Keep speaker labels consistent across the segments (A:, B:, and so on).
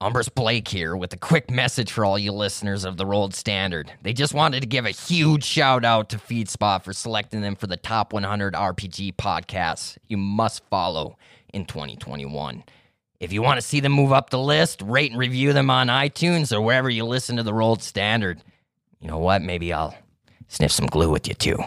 A: Umbris Blake here with a quick message for all you listeners of the Rolled Standard. They just wanted to give a huge shout out to FeedSpot for selecting them for the top 100 RPG podcasts you must follow in 2021. If you want to see them move up the list, rate and review them on iTunes or wherever you listen to the Rolled Standard. You know what? Maybe I'll sniff some glue with you too.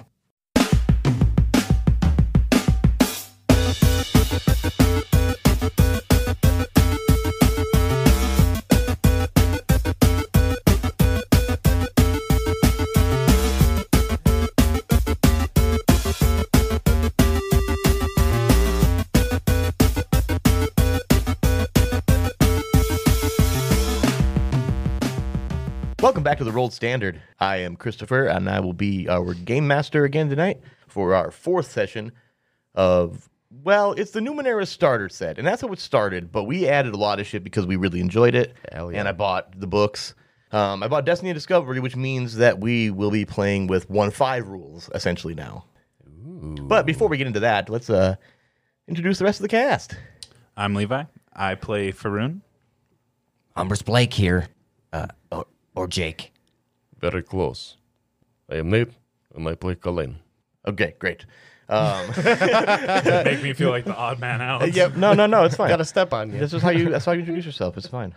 B: Welcome back to the Rolled Standard. I am Christopher, and I will be our game master again tonight for our fourth session of well, it's the Numenera starter set, and that's how it started. But we added a lot of shit because we really enjoyed it, and I bought the books. Um, I bought Destiny and Discovery, which means that we will be playing with one five rules essentially now. But before we get into that, let's uh, introduce the rest of the cast.
C: I'm Levi. I play Faroon.
A: Umbris Blake here, uh, or, or Jake.
D: Very close. I am Nate, and I play Colin.
B: Okay, great. Uh,
C: Make me feel like the odd man out.
B: Yep. No, no, no. It's fine.
E: Got a step on you.
B: This is how you. That's how you introduce yourself. It's fine.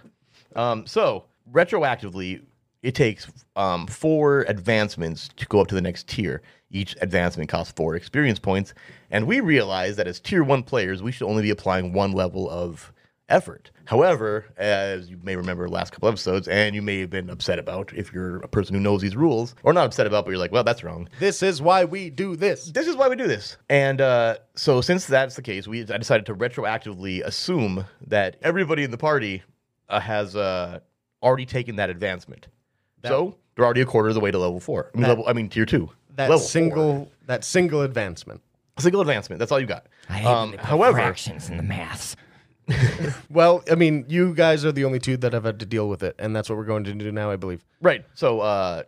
B: Um, so retroactively, it takes um, four advancements to go up to the next tier. Each advancement costs four experience points, and we realize that as tier one players, we should only be applying one level of effort. However, as you may remember last couple episodes, and you may have been upset about if you're a person who knows these rules, or not upset about, but you're like, well, that's wrong
E: This is why we do this.
B: this is why we do this. And uh, so, since that's the case, we I decided to retroactively assume that everybody in the party uh, has uh, already taken that advancement. so they're already a quarter of the way to level four. I mean, level, I mean tier two.
E: That
B: level
E: single that single advancement.
B: four. single advancement. That's all you got.
A: I hate when
B: Um,
A: they put
B: however,
A: fractions in the maths.
E: Well, I mean, you guys are the only two that have had to deal with it, and that's what we're going to do now, I believe.
B: Right. So uh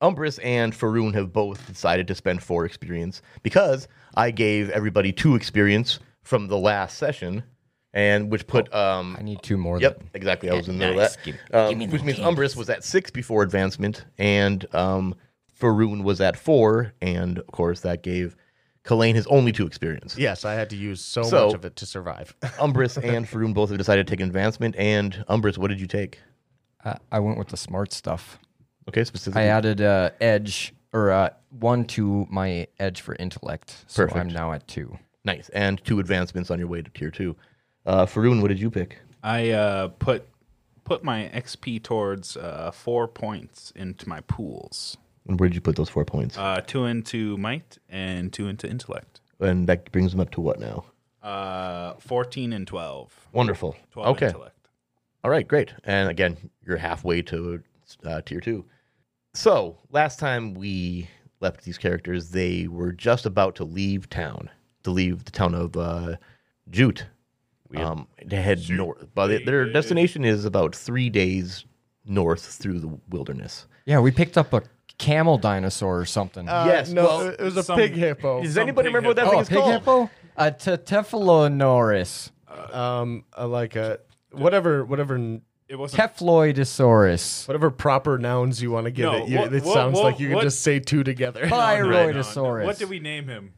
B: Umbris and Faroon have both decided to spend four experience because I gave everybody two experience from the last session, and which put um
A: Oh, I need two more.
B: Yep, exactly. I was in the middle of
A: nice.
B: that.
A: Give-
B: Um,
A: give me
B: which
A: them
B: means
A: games.
B: Umbris was at six before advancement, and um, Faroon was at four, and of course that gave Kalane his only two experience.
E: Yes, I had to use so,
B: So-
E: much of it to survive. Uh,
B: Umbris and Faroon both have decided to take advancement, and Umbris, what did you take?
F: I- uh, I went with the smart stuff.
B: Okay, specifically.
F: I added uh, edge or uh, one to my edge for intellect, so
B: Perfect.
F: I'm now at two.
B: nice, and two advancements on your way to tier two. Uh, Faroon, what did you pick?
C: I uh, put put my XP towards uh, four points into my pools.
B: And where did you put those four points?
C: Uh, two into might and two into intellect.
B: and that brings them up to what now?
C: Uh, Fourteen and twelve.
B: Wonderful.
C: Twelve
B: okay.
C: intellect.
B: All right, great. And again, you're halfway to uh, tier two. So last time we left these characters, they were just about to leave town, to leave the town of uh, Jute, um, to head north. But it- their destination is about three days north through the wilderness.
F: Yeah, we picked up a camel dinosaur or something.
B: yes,
E: no,
B: well,
E: it was a
C: some-
E: pig hippo.
B: Does
C: Some
B: anybody
C: pig
B: remember Uh, what that
C: hippo.
B: thing
F: oh, a
B: is
F: pig
B: called?
F: hippo? A Tephalonoris.
E: Um, uh, like a whatever, whatever, n-
C: It wasn't.
F: Tefloidosaurus.
E: whatever proper nouns you want to give
C: No,
E: it. You,
C: what-
E: it
C: what-
E: sounds
C: what-
E: like you can
C: what-
E: just say two together.
C: No, no, no.
F: Pyroidosaurus.
C: What did we name him?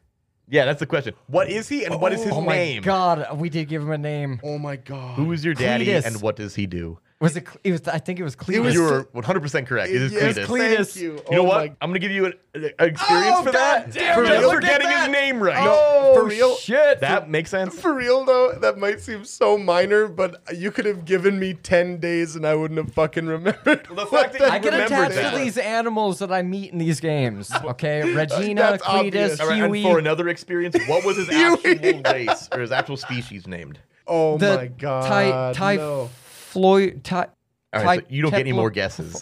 B: Yeah, that's the question. What is he and what is his
F: Oh my
B: name?
F: god, we did give him a name.
E: oh my god!
B: Who is your daddy
F: Cletus.
B: and what does he do?
F: Was it? Cle- it was, I think it was Cletus.
B: you were 100% correct. It is
E: Yes,
B: Cletus.
E: Thank you.
B: You know
E: Oh
B: what?
E: my-
B: I'm gonna give you an, an experience
E: Oh,
B: for that.
E: God damn
B: for
E: it,
B: just
E: look
B: for
E: at
B: getting
E: that.
B: his name right.
E: Oh,
B: for real?
E: shit.
B: That makes sense.
E: For real though, that might seem so minor, but you could have given me ten days and I wouldn't have fucking remembered.
B: the fact
E: what
B: that you
F: I get
B: remembered
F: attached
B: that.
F: to these animals that I meet in these games. Okay, Regina,
E: That's
F: Cletus,
E: obvious.
B: All right, and
F: Huey.
B: for another experience, what was his actual race or his actual species named?
E: Oh
F: the
E: my
F: Ty,
E: god.
F: ty
E: no.
F: Floyd. Ty,
B: All right, so
F: Ty-
B: you don't get any
F: Teplo-
B: more guesses.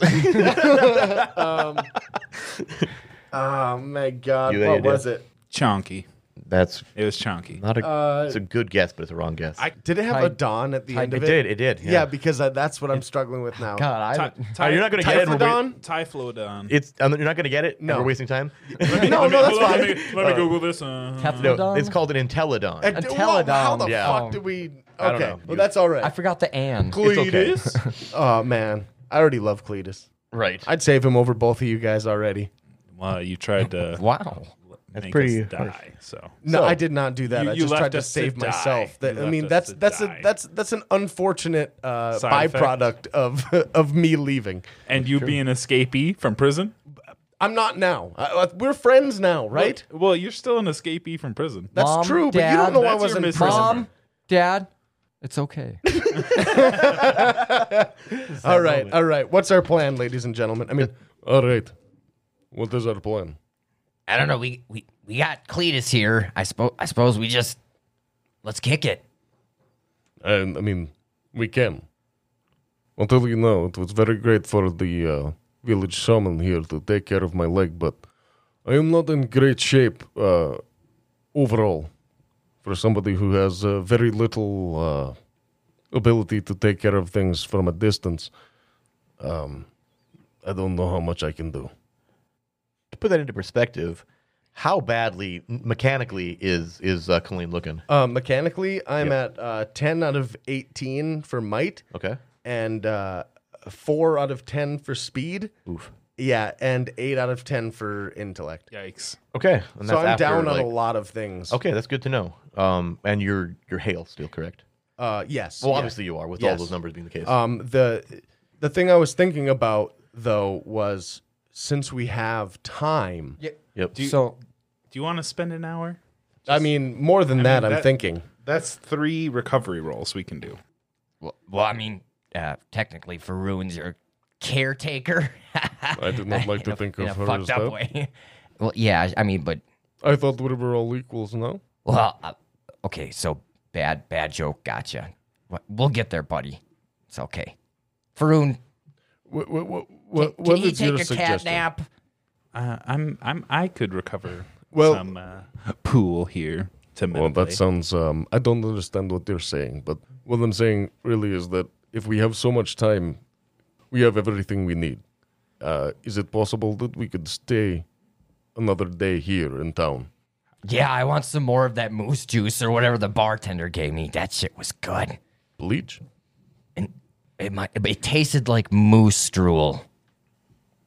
E: Oh my god.
B: You- you
E: what
B: do.
E: was it?
C: Chonky.
B: That's
C: It was Chonky.
B: not a.
E: Uh,
B: it's a good guess, but it's a wrong guess.
C: I-
E: did it have
F: Ty-
E: a dawn at the end
B: it
E: of it?
B: did. It did.
E: Yeah, because I, that's what I'm struggling with now.
F: Oh God, I
C: Ty,
F: don't-
B: Oh, you're not gonna get it. We're-
E: Typhodon?
C: Typhlodon.
B: It's um, you're not going to get it.
E: No.
B: we're wasting time.
E: no, no, that's fine.
C: Let me, let me Google this. Uh,
B: no,
F: Teflodon?
B: it's called an intellidon.
E: And- whoa, How the
F: Teledon.
B: Yeah.
E: fuck did we?
B: I don't
E: Okay.
B: know.
E: Well, that's all right.
F: I forgot the and.
B: It's
E: Cletus. oh man, I already love Cletus.
B: Right.
E: I'd save him over both of you guys already.
C: Well, you tried to
F: Wow.
C: make
B: pretty
C: us die. So
E: No,
B: So-
E: I did not do that.
C: You-
E: I
C: you
E: just tried
C: left
E: to
C: us to
E: save
C: die.
E: myself. That-
C: You
E: I
C: left
E: mean,
C: us
E: that's
C: to
E: that's a,
C: die.
E: that's that's an unfortunate uh,
C: Side effect.
E: byproduct of of me leaving.
C: and you being escapee from prison,
E: I'm not now. I, I- we're friends now, right?
C: Well, you're still an escapee from prison.
E: That's
F: Mom,
E: true, but you don't
F: Dad,
E: know I
C: That's
E: was
C: your
E: in
C: mis-
E: prison.
F: Mom, Dad, it's okay.
E: All right, all right. What's our plan, ladies and gentlemen? I mean,
D: All right. What is our plan?
A: I don't know. We we, we got Cletus here. I suppose I suppose we just let's kick it.
D: And I mean, we can. Until you know, it was very great for the uh, village shaman here to take care of my leg, but I am not in great shape uh, overall for somebody who has uh, very little uh, ability to take care of things from a distance. Um, I don't know how much I can do.
B: To put that into perspective, how badly mechanically is is uh, Colleen looking?
E: uh, mechanically, I'm at uh, ten out of eighteen for might.
B: Okay.
E: and uh, four out of ten for speed.
B: Oof.
E: Yeah, and eight out of ten for intellect.
C: Yikes!
B: Okay. And
E: so I'm
B: after,
E: down on
B: like-
E: a lot of things.
B: Okay, that's good to know. Um, and you're you're hail still correct.
E: Uh, yes.
B: Well,
E: yeah.
B: obviously you are with all
E: Yes.
B: those numbers being the case.
E: Um, the the thing I was thinking about though was since we have time.
B: yep.
F: so
C: Do you want to spend an hour?
E: I mean, more than that, I'm
C: that-
E: thinking.
C: That's three recovery rolls we can do.
A: Well, well I mean, uh, technically, Faroon's your caretaker.
D: I do not like
A: In
D: to
A: a-
D: think
A: in
D: of
A: a
D: her as
A: fucked up
D: that.
A: way. Well, yeah, I mean, but
D: I thought we were all equals now.
A: well, uh, okay, so bad, bad joke. Gotcha. Wha- We'll get there, buddy. It's okay. Faroon,
D: What, what, what,
A: can,
D: what,
A: can you take a cat nap?
C: Uh, I'm I'm I could recover
E: Well-
C: some uh, pool here to
D: Well,
C: meditate.
D: that sounds. Um, I don't understand what you're saying, but what I'm saying really is that if we have so much time, we have everything we need. Uh, is it possible that we could stay another day here in town?
A: Yeah, I want some more of that moose juice or whatever the bartender gave me. That shit was good.
D: Bleach?
A: And it might, it tasted like moose drool.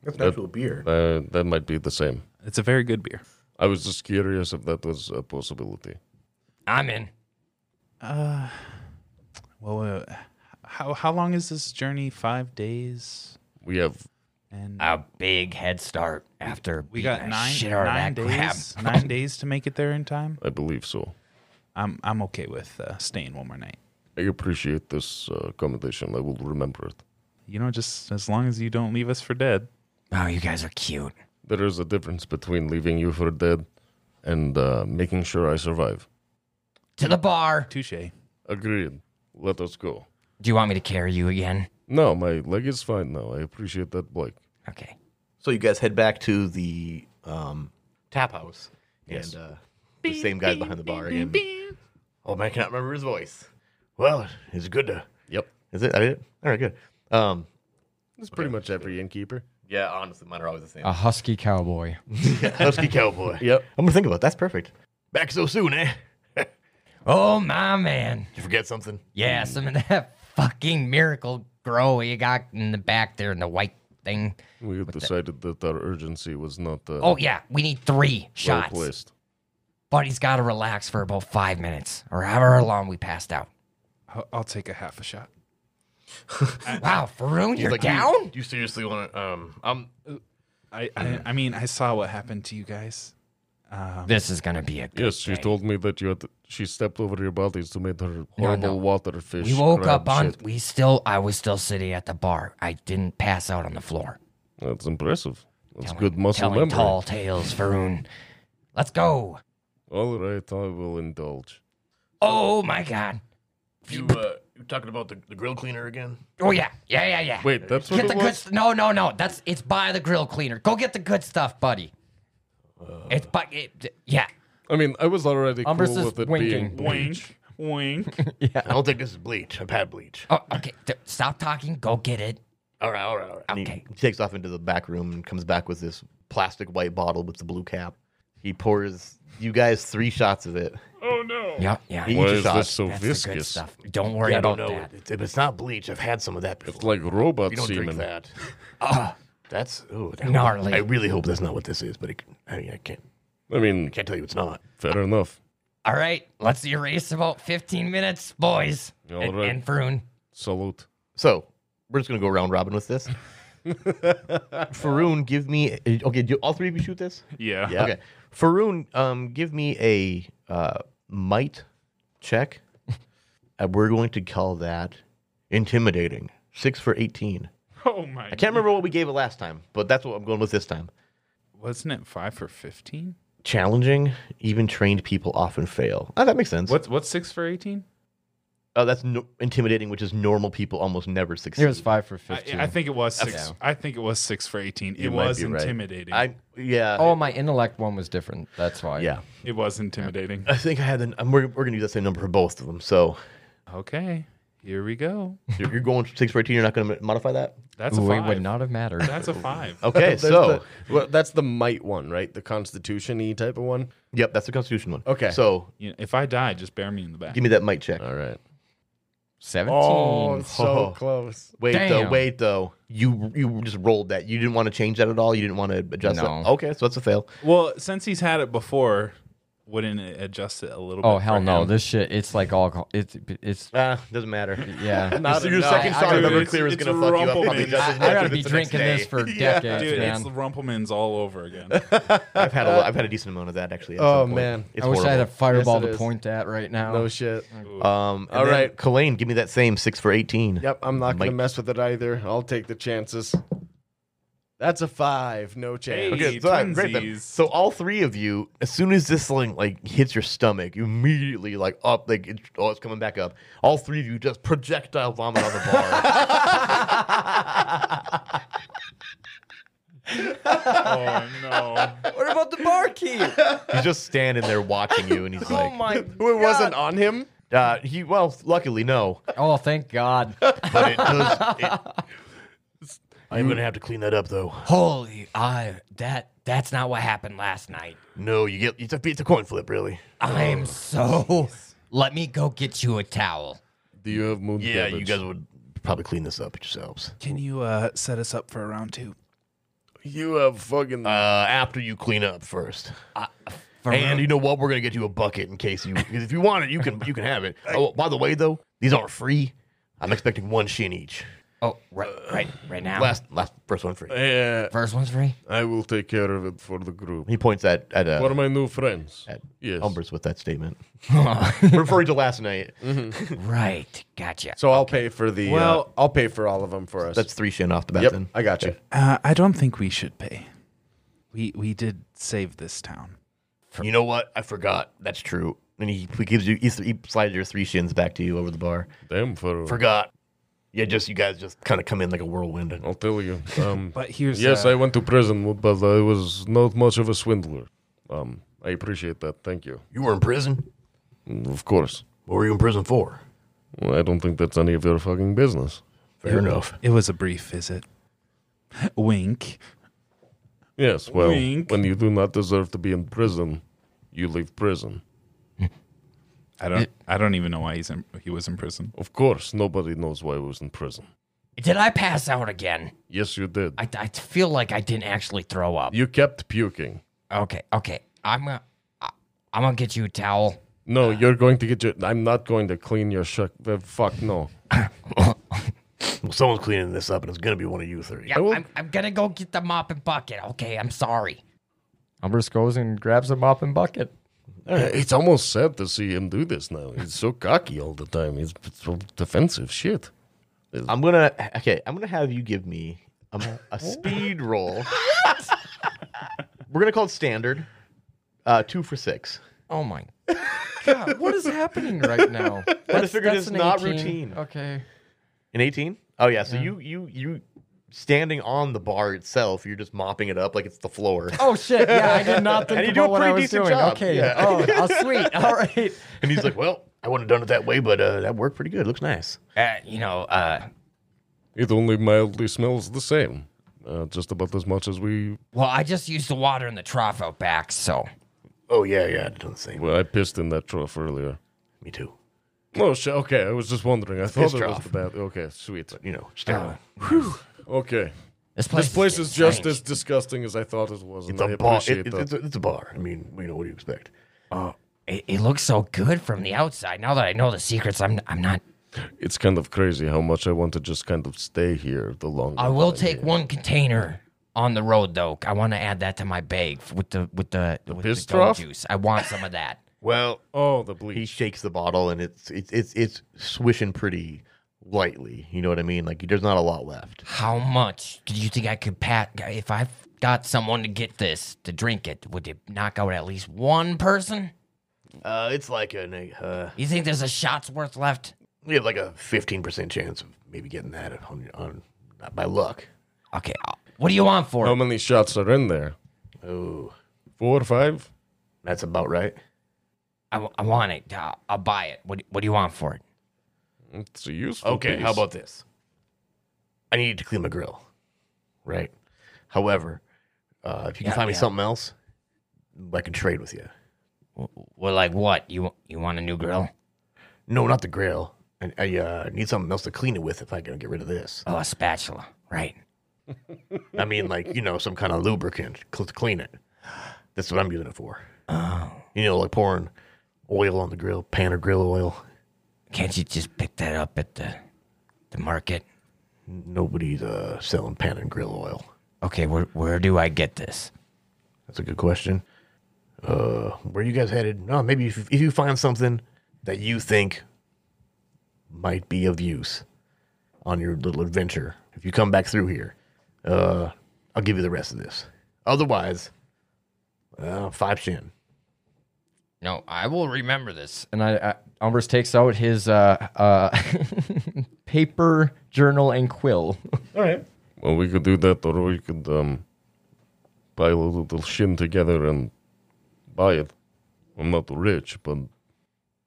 G: That's natural beer.
D: Uh, that might be the same.
C: it's a very good beer.
D: I was just curious if that was a possibility.
A: I'm in.
C: Well, uh, how how long is this journey? Five days.
D: We have.
C: And
A: a big head start after
C: we got nine
A: shit out
C: nine
A: of that crab.
C: days nine days to make it there in time.
D: I believe so.
C: I'm I'm okay with uh, staying one more night.
D: I appreciate this uh, accommodation. I will remember it.
C: You know, just as long as you don't leave us for dead.
A: Oh, you guys are cute.
D: There is a difference between leaving you for dead and uh, making sure I survive.
A: To the bar.
C: Touche.
D: Agreed. Let us go.
A: Do you want me to carry you again?
D: No, my leg is fine now. I appreciate that, Blake.
A: Okay.
B: So you guys head back to the um, tap house, and uh, the same guy's behind the bar again. Oh man, I cannot remember his voice. Well, it's good to.
D: Yep.
B: Is it? I did. it? All right, good. Um,
E: That's pretty much every innkeeper.
B: yeah, honestly, mine are always the same.
F: a husky cowboy.
B: Husky cowboy.
E: Yep.
B: I'm gonna think about it. that's perfect. Back so soon, eh?
A: Oh my man.
B: You forget something?
A: Yeah,
D: Hmm.
A: some of that fucking miracle grow you got in the back there in the white thing.
D: We decided that our urgency was not uh,
A: Oh yeah, we need three
D: well
A: shots.
D: placed.
A: Buddy's gotta relax for about five minutes or however long we passed out.
C: I'll, I'll take a half a shot.
A: Wow, Faroon, you're
B: Like, do you-
A: down?
B: Do you seriously want to? Um, um,
C: I,
F: Mm.
C: I I mean, I saw what happened to you guys.
A: This is gonna be a good
D: Yes, she
A: day.
D: told me that you had, she stepped over your bodies to make her
A: No,
D: horrible
A: no.
D: water fish.
A: We woke
D: crab
A: up on
D: shit.
A: we still I was still sitting at the bar. I didn't pass out on the floor.
D: That's impressive. That's
A: Telling-
D: good muscle
A: telling
D: memory.
A: tall tales, Faroon. Let's go.
D: All right, I will indulge.
A: Oh my god.
B: you uh, you talking about the, the grill cleaner again?
A: Oh yeah, yeah, yeah, yeah.
D: Wait, that's what
A: get
D: it
A: the
D: was?
A: good. St- no, no, no. That's it's by the grill cleaner. Go get the good stuff, buddy.
D: Uh.
A: it's by it, yeah.
D: I mean, I was already
F: Umbrus
D: cool
F: is
D: with it
F: winking.
D: being bleach.
C: Wink.
B: I don't think this is bleach. I've had bleach.
A: Oh, okay. d- stop talking. Go get it.
B: All right, all right, all right. And he-
A: Okay.
B: He takes off into the back room and comes back with this plastic white bottle with the blue cap. He pours you guys three shots of it.
C: oh
A: no. Yeah, yeah.
B: You
D: Why
B: just
D: is this
B: asked.
D: so
A: That's the good
D: viscous?
A: stuff. Don't worry
B: I don't
A: about
B: know.
A: that.
B: It's- If it's not bleach, I've had some of that
D: It's
B: before.
D: like robot
B: You don't
D: semen.
B: drink that. that's ooh, that-
A: Ah. Gnarly.
B: I really hope that's not what this is, but it, I, mean, I can't
D: I mean,
B: can't tell you it's not.
D: fair enough.
A: All right, let's erase about 15 minutes, boys.
D: All
A: and,
D: right.
A: and Faroon.
D: Salute.
B: So we're just gonna go round robin with this. Faroon, give me okay. Do all three of you shoot this?
C: Yeah.
B: Okay. Faroon, um, give me a uh, might check. Uh, we're going to call that intimidating. Six for eighteen.
C: Oh my.
B: I can't remember what we gave it last time, but that's what I'm going with this time.
C: Wasn't it five for fifteen?
B: Challenging, even trained people often fail. Oh, that makes sense.
C: What's what's six for eighteen?
B: Oh, that's no- intimidating, which is normal people almost never succeed.
F: It was five for
C: I,
F: fifteen.
C: I think it was six. I think it was six for eighteen. it
B: might
C: was
B: be right.
C: intimidating.
B: I yeah.
F: oh, my intellect one was different. That's why.
B: yeah.
C: It was intimidating.
B: I think I had the. I'm, we're, we're gonna use that same number for both of them. So
C: Okay, here we go.
B: you're, you're going six for eighteen. You're not gonna modify that.
C: That's a
F: Ooh,
C: five.
F: it would not Oh. have mattered.
C: That's a five.
B: Okay.
D: There's
B: so
D: the- well, that's the might one, right? The constitution y type of one.
B: yep, that's the Constitution one.
D: Okay.
B: So
C: You know, if I die, just bear me in the back.
B: give me that might check.
D: All right.
F: Seventeen.
C: Oh.
B: so
D: Oh, close.
B: Wait though,
F: Damn.
B: wait though. You you just rolled that. You didn't want to change that at all. You didn't want to adjust
F: No.
B: that. Okay, so that's a fail.
C: Well, since he's had it before, wouldn't it adjust it a little? bit
F: Oh
C: for
F: hell no!
C: him?
F: This shit. It's like alcohol. It's it's
B: Ah, doesn't matter.
F: yeah.
D: Not
B: Your
D: enough.
B: second shot
C: I-
B: of
C: dude,
B: Everclear is
C: it's-
B: gonna
C: it's
B: fuck you up
C: rumpled
B: probably
C: in.
B: just
F: I,
B: as much
F: I gotta
B: as
F: be
B: the next
F: drinking
B: day.
F: this for
B: Yeah.
F: decades,
C: Dude,
F: man.
C: it's the Rumplemans all over again.
B: I've had a lot, I've had a decent amount of that actually. at
D: Oh,
B: some point.
D: man.
B: it's
F: I wish I had a
B: horrible.
F: fireball
D: Yes, it
F: to
D: is.
F: point at right now.
D: No shit.
B: Um,
D: All
B: all right,
D: right.
B: Colleen, give me that same six for eighteen.
D: Yep, I'm not gonna
B: Might.
D: mess with it either. I'll take the chances. That's a five. No chance.
C: Hey.
B: Okay, so, that- great then.
C: twinsies.
B: so all three of you, as soon as this thing like hits your stomach, you immediately like up, like it, oh, it's coming back up. All three of you just projectile vomit on the bar.
C: oh no!
F: What about the barkeep?
B: he's just standing there watching you, and he's like,
F: my.
D: Who it wasn't on him?
B: uh, he well, luckily no,
F: Oh, thank God.
B: but it does. It, I'm gonna have to clean that up though.
A: Holy, uh, that that's not what happened last night.
B: No, you get it's a, it's a coin flip, really.
A: I'm so. Let me go get you a towel.
D: Do you have moon
B: Yeah, you
D: cabbage?
B: guys would probably clean this up yourselves.
C: Can you uh, set us up for a round two?
D: You have fucking.
B: Uh, after you clean up first.
A: For
B: And you know what? We're gonna get you a bucket in case you, 'cause if you want it, you can you can have it. Oh, by the way, though, these aren't free. I'm expecting one shin each.
A: oh, right, right, right now.
B: Last last first one free.
D: yeah,
A: First one's free.
D: I will take care of it for the group.
B: He points at at uh,
D: For my new friends.
B: at
D: Yes.
B: Umbers with that statement, referring to last night.
A: Right, gotcha.
D: So I'll pay for Mm, the. Well,
C: Well-
D: I'll pay for all of them for us.
B: That's three shin off the bat.
D: yep.
B: Then
D: I got you.
C: Uh, I don't think we should pay. We we did save this town.
B: you know what? I forgot. That's true. And he, he gives you he, he slides your three shins back to you over the bar.
D: Damn for.
B: Forgot. Yeah, just you guys just kind of come in like a whirlwind. And,
D: I'll tell you. Um,
C: But here's
D: yes,
C: uh,
D: I went to prison, but I was not much of a swindler. Um, I appreciate that. Thank you.
B: you were in prison.
D: Of course.
B: What were you in prison for?
D: Well, I don't think that's any of your fucking business.
B: Fair enough.
C: It was a brief visit. Wink.
D: Yes, well,
C: Wink.
D: when you do not deserve to be in prison, you leave prison.
C: I don't. I don't even know why he's in, he was in prison.
D: Of course, nobody knows why I was in prison.
A: Did I pass out again?
D: Yes, you did.
A: I, I feel like I didn't actually throw up.
D: You kept puking.
A: Okay, okay. I'm gonna I- I'm gonna get you a towel.
C: Uh.
D: No, you're going to get your. I'm not going to clean your shuck. uh, Fuck no.
B: Well, someone's cleaning this up, and it's gonna be one of you three.
A: Yeah,
D: will-
A: I'm, I'm gonna go get the mop and bucket. Okay, I'm sorry.
F: Umbers goes and grabs a mop and bucket.
D: It's almost sad to see him do this now. He's so cocky all the time. He's so defensive. Shit.
B: I'm gonna okay. I'm gonna have you give me a, a speed roll. We're gonna call it standard. Uh, two for six.
F: Oh my God! What is happening right now? That's,
B: figured
F: that's
B: it's
F: an Oh.
B: not
F: 18.
B: routine.
F: Okay.
B: An eighteen? Oh yeah. So you you you standing on the bar itself, you're just mopping it up like it's the floor.
F: Oh shit! Yeah, I did not think
B: And you do
F: about
B: a
F: what I
B: pretty
F: was
B: decent
F: doing.
B: job.
F: Okay.
B: Yeah.
F: Oh, oh, sweet. All right.
B: And he's like, "Well, I wouldn't have done it that way, but uh, that worked pretty good. Looks nice."
A: Uh, you know, uh,
D: It only mildly smells the same. Uh, just about as much as we.
A: well, I just used the water in the trough out back, so
B: Oh yeah, yeah, I'd done the same.
D: Well, I pissed in that trough earlier.
B: Me too.
D: Oh, sh- okay. I was just wondering. I
B: Piss
D: thought it was
B: trough.
D: the bath. Okay, sweet.
B: You know, uh, sterile.
D: Okay.
A: This place,
D: This place is just
A: insane.
D: as disgusting as I thought it was, and
B: it's
D: I
B: a bar.
D: appreciate
B: It, it,
D: that.
B: it's, a, it's a bar. I mean, you know, what do you expect?
A: It, it looks so good from the outside. Now that I know the secrets, I'm I'm not.
D: it's kind of crazy how much I want to just kind of stay here the longer.
A: I will take one container on the road though. I want to add that to my bag f- with the with the, with
D: piss
A: the goat
D: trough?
A: juice. I want some of that.
B: Well,
D: Oh, the
B: he
D: bleach.
B: shakes the bottle and it's it's it's it's swishing pretty lightly. You know what I mean? Like there's not a lot left.
A: How much do you think I could pat if I got someone to get this to drink it? Would it knock out at least one person?
B: Uh, it's like a uh,
A: You think there's a shot's worth left?
B: we have like a fifteen percent chance of maybe getting that on on not by luck.
A: Okay, I'll- what do you want for
D: How
A: it?
D: many shots are in there?
B: Oh,
D: Four or five?
B: that's about right.
A: I, w- I want it. I'll, I'll buy it. What do- what do you want for it?
D: It's a useful.
B: Okay, how
D: piece.
B: about this? I need to clean my grill, right? However, uh, if you can
A: Yeah,
B: find me
A: yeah.
B: something else, I can trade with you.
A: W- Well, like what? You you want a new grill?
B: No, not the grill. I, I uh, need something else to clean it with if I can get rid of this.
A: Oh, a spatula, right?
B: I mean, like you know, some kind of lubricant cl- to clean it. That's what I'm using it for. Oh. You know, like pouring oil on the grill, pan or grill oil.
A: Can't you just pick that up at the the market?
B: Nobody's uh, selling pan and grill oil.
A: Okay, where where do I get this?
B: That's a good question. Uh, where you guys headed? No, maybe if, if you find something that you think might be of use on your little adventure, if you come back through here, uh, I'll give you the rest of this. Otherwise, uh, five shin.
A: No, I will remember this.
F: And I, I Umbris takes out his uh, uh, paper journal and quill.
E: All right.
D: Well, we could do that, or we could um, buy a little shin together and buy it. I'm not rich, but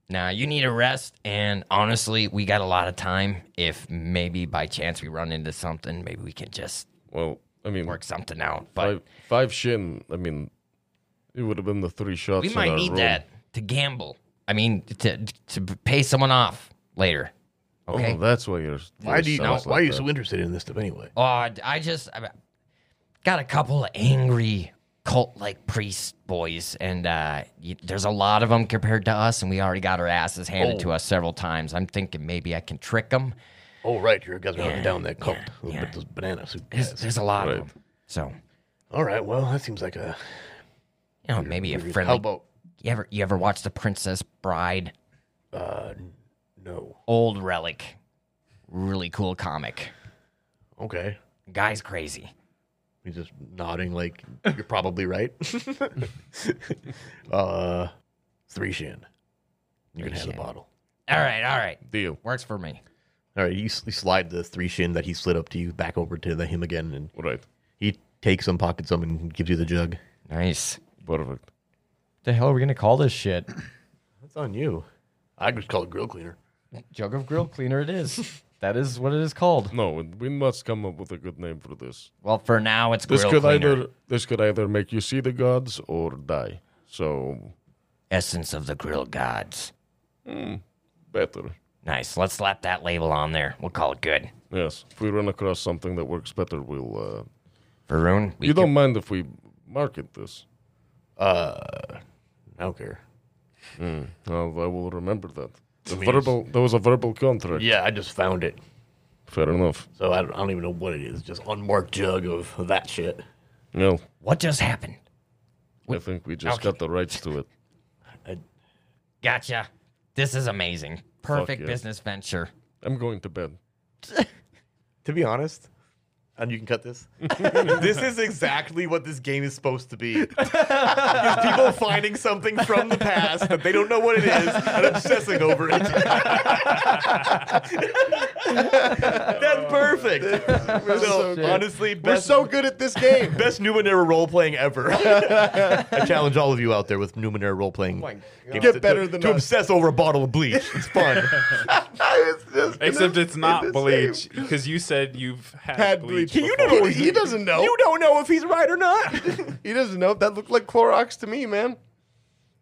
A: Nah, you need a rest, and honestly, we got a lot of time. If maybe by chance we run into something, maybe we can just
D: well, I mean,
A: work something out. But
D: five, five shin. I mean, it would have been the three shots.
A: we
D: in
A: might
D: our
A: need
D: roll.
A: that to gamble. I mean, to to pay someone off later. Okay.
D: Oh, that's why you're.
B: Why do you?
D: sounds
B: why are you
D: like
B: so interested in this stuff anyway?
A: Oh, I, I just I got a couple of angry cult like priest boys, and uh, y there's a lot of them compared to us, and we already got our asses handed
F: Oh.
A: to us several times. I'm thinking maybe I can trick them.
B: Oh, right, you guys are hunting down that cult
A: yeah,
B: with
A: yeah.
B: those banana suit
A: There's,
B: guys.
A: there's a lot
D: Right.
A: of them. So,
B: All right, well, that seems like a.
A: you know, maybe a
B: How
A: friendly.
B: about
A: You ever you ever watch The Princess Bride?
B: no?
A: Old relic, really cool comic.
B: Okay,
A: Guy's crazy.
B: He's just nodding like you're probably right. uh three shin. You can have the bottle.
A: All right, all right,
D: Deal.
A: works for me.
B: All right, you, s- you slide the three shin that he slid up to you back over to the him again, and
D: Right.
B: he takes some, pockets some, and gives you the jug.
A: Nice.
D: Perfect.
F: the hell are we gonna call this shit?
B: That's on you. I just call it grill cleaner.
F: Jug of grill cleaner. It is. That is what it is called.
D: No, we must come up with a good name for this.
A: Well, for now it's
D: This
A: grill
D: could
A: cleaner.
D: either this could either make you see the gods or die. So
A: Essence of the grill gods.
D: better.
A: Nice. Let's slap that label on there. We'll call it good.
D: Yes, if we run across something that works better, we'll. Uh,
A: Varun, we
D: you don't mind if we market this? Uh,
B: I don't care.
D: Oh, I will remember that. The verbal. There was a verbal contract.
B: Yeah, I just found it,
D: Fair enough.
B: so I don't, I don't even know what it is. Just unmarked jug of that shit.
D: No,
A: what just happened?
D: I think we just
A: Okay.
D: got the rights to it.
B: I,
A: Gotcha. This is amazing. Perfect
D: yeah.
A: business venture.
D: I'm going to bed.
B: to be honest, and you can cut this. this is exactly what this game is supposed to be. It's people finding something from the past that they don't know what it is and obsessing over it. That's perfect. So,
D: Oh,
B: honestly,
E: We're
B: best
E: so good at this game.
B: best Numenera role playing ever. I challenge all of you out there with Numenera role playing.
E: Oh Get better than
B: to
E: us.
B: obsess over a bottle of bleach. It's fun.
C: Except it's not bleach because you said you've had,
E: Had
C: bleach.
E: bleach.
C: before.
E: You know he, he doesn't know.
B: you don't know if he's right or not.
E: He doesn't know. That looked like Clorox to me, man.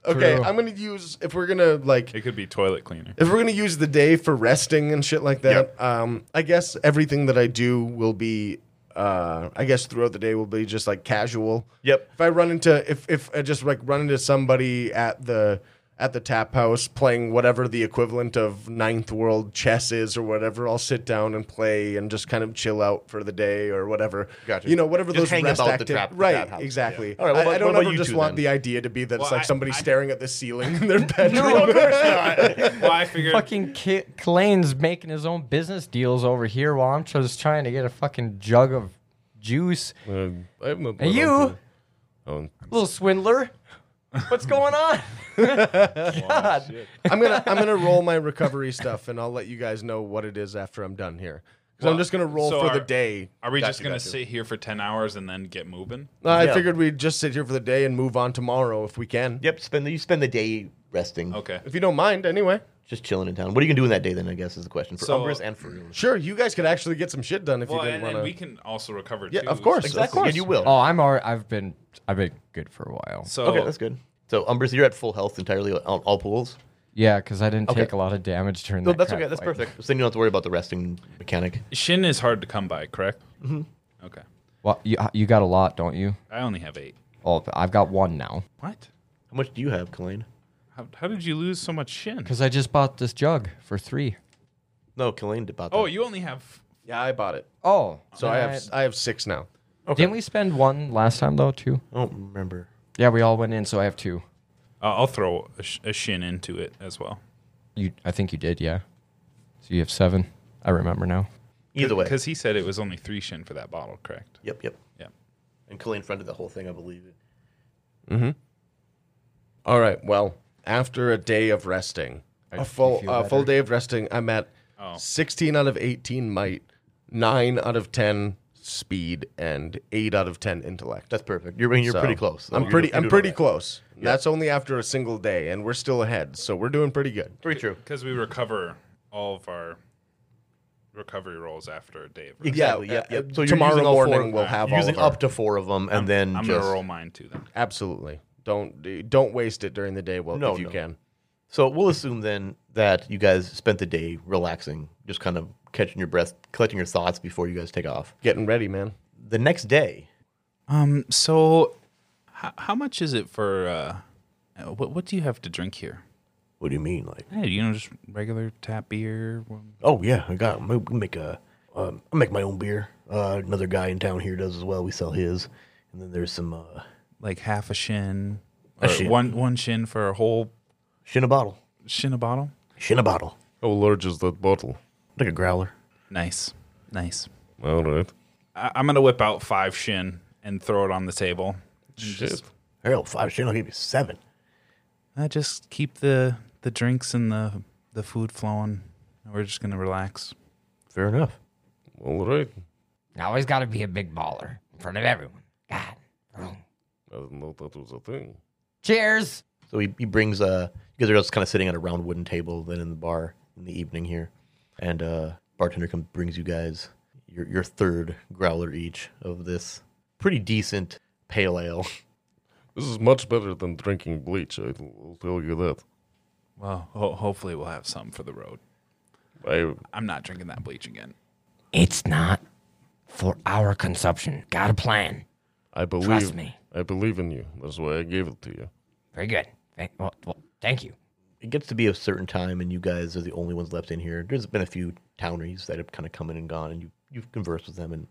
D: Okay,
F: True.
D: I'm gonna use if we're gonna like
C: It could be toilet cleaner.
D: if we're gonna use the day for resting and shit like that, um, I guess everything that I do will be, uh, I guess throughout the day will be just like casual.
B: Yep.
D: If I run into if if I just like run into somebody at the at the tap house playing whatever the equivalent of ninth world chess is or whatever, I'll sit down and play and just kind of chill out for the day or whatever.
B: Gotcha.
D: You know, whatever
B: Just
D: those
B: hang
D: rest
B: about the
D: acti-
B: trap- the
D: right?
B: tap house.
D: Exactly.
B: All right, what
D: I- I,
B: about-
D: don't
B: what about
D: ever
B: you
D: just
B: two
D: want
B: then?
D: the idea to be that it's
C: Well,
D: like
C: I-
D: somebody
C: I-
D: staring at the ceiling in their bedroom.
C: well, I figured
F: Fucking Ki- Clayne's making his own business deals over here while I'm just trying to get a fucking jug of juice.
G: Uh, I have not.
F: And you, little swindler, what's going on? God.
D: I'm gonna I'm gonna roll my recovery stuff, and I'll let you guys know what it is after I'm done here. 'Cause
C: Well,
D: I'm just gonna roll
C: so
D: for the
C: are-
D: day.
C: Are we
D: Gotcha,
C: just gonna
D: gotcha.
C: sit here for ten hours and then get moving?
D: No, Uh, I
B: Yeah.
D: figured we'd just sit here for the day and move on tomorrow if we can.
B: Yep, spend the, you spend the day resting,
C: Okay.
D: If you don't mind, anyway.
B: just chilling in town. What are you gonna do in that day? Then I guess is the question for
C: So-
B: Umbris and for Reels.
D: Sure, you guys could actually get some shit done if
C: Well,
D: you didn't
C: and, and
D: want
C: we
D: to.
C: can also recover
D: Yeah,
C: too.
D: of course.
C: So-
B: Exactly, and you will.
F: Oh, I'm already. I've been. I've been good for a while.
C: So
B: okay, that's good. So Umbris, you're at full health entirely on all pools.
F: Yeah, because I didn't
B: Okay.
F: take a lot of damage during
B: No,
F: that.
B: that's
F: crap
B: okay. That's
F: fight.
B: perfect. So then you don't have to worry about the resting mechanic.
C: Shin is hard to come by, correct? Mm-hmm. Okay.
F: Well, you uh, you got a lot, don't you?
C: I only have eight.
F: Oh, I've got one now.
C: What?
B: How much do you have, Colleen?
C: How, how did you lose so much shin?
F: Because I just bought this jug for three.
B: No, Colleen did about that.
C: Oh, you only have.
D: Yeah, I bought it,
F: Oh,
D: so I have I have six now.
F: Didn't we spend one last time though? Two.
B: I don't remember.
F: Yeah, we all went in, so I have two.
C: Uh, I'll throw a, sh- a shin into it as well.
F: You, I think you did, yeah. So you have seven. I remember now.
B: Either way.
C: because he said it was only three shin for that bottle, correct?
B: Yep, yep.
C: Yeah.
B: And Colleen fronted the whole thing, I believe.
D: All right. Well, after a day of resting, a full
F: feel
D: a full day of resting, I'm at
C: Oh.
D: 16 out of 18 might, nine out of 10 speed, and eight out of 10 intellect.
B: That's perfect. You're you're
D: So,
B: pretty close.
D: I'm
B: You're-
D: pretty.
B: you're
D: I'm
B: doing
D: pretty
B: all right.
D: close. That's only after a single day, and we're still ahead. So we're doing pretty good.
B: Pretty true.
C: Because we recover all of our recovery rolls after a day of rest.
B: Exactly.
D: Yeah,
B: yep.
D: uh,
B: Yep.
D: uh,
B: So you're
D: tomorrow
B: using all
D: morning we'll have
B: you're
D: all
B: using
D: of our-
B: up to four of them, and then
C: I'm
B: just
C: gonna roll mine too then.
D: Absolutely. Don't don't waste it during the day. Well,
B: No,
D: if you
B: no.
D: can.
B: So we'll assume then that you guys spent the day relaxing, just kind of catching your breath, collecting your thoughts before you guys take off.
D: Getting ready, man.
B: The next day,
C: Um. So, how, how much is it for? Uh, uh, what What do you have to drink here?
B: what do you mean, like?
C: Hey, you know, just regular tap beer. one-
B: Oh yeah, I got. I make a. Um, I make my own beer. Uh, another guy in town here does as well. We sell his, and then there's some uh,
C: like half a shin, or
B: shin.
C: one one shin for a whole
B: shin a bottle.
C: shin a bottle.
B: Shin a bottle,
G: How large is that bottle?
B: like a growler.
C: Nice, nice.
G: All right.
C: I, I'm gonna whip out five shin and throw it on the table. And
G: Shit.
C: Just,
B: Hell, five shin. I'll give you seven.
C: uh, just keep the the drinks and the the food flowing. We're just gonna relax.
B: Fair enough.
G: All right.
A: Now he's got to be a big baller in front of everyone. God. Oh.
G: I didn't know that was a thing.
A: Cheers.
B: So he, he brings uh you guys are just kind of sitting at a round wooden table then in the bar in the evening here, and uh bartender comes brings you guys your your third growler each of this pretty decent pale ale.
G: This is much better than drinking bleach. I'll I'll tell you that.
C: Well, ho- hopefully we'll have some for the road.
G: I
C: I'm not drinking that bleach again.
A: It's not for our consumption. Got a plan.
G: I believe
A: me.
G: I believe in you. That's why I gave it to you.
A: Very good. Thank, well, well, thank you.
B: It gets to be a certain time, and you guys are the only ones left in here. There's been a few townies that have kind of come in and gone, and you you've conversed with them and.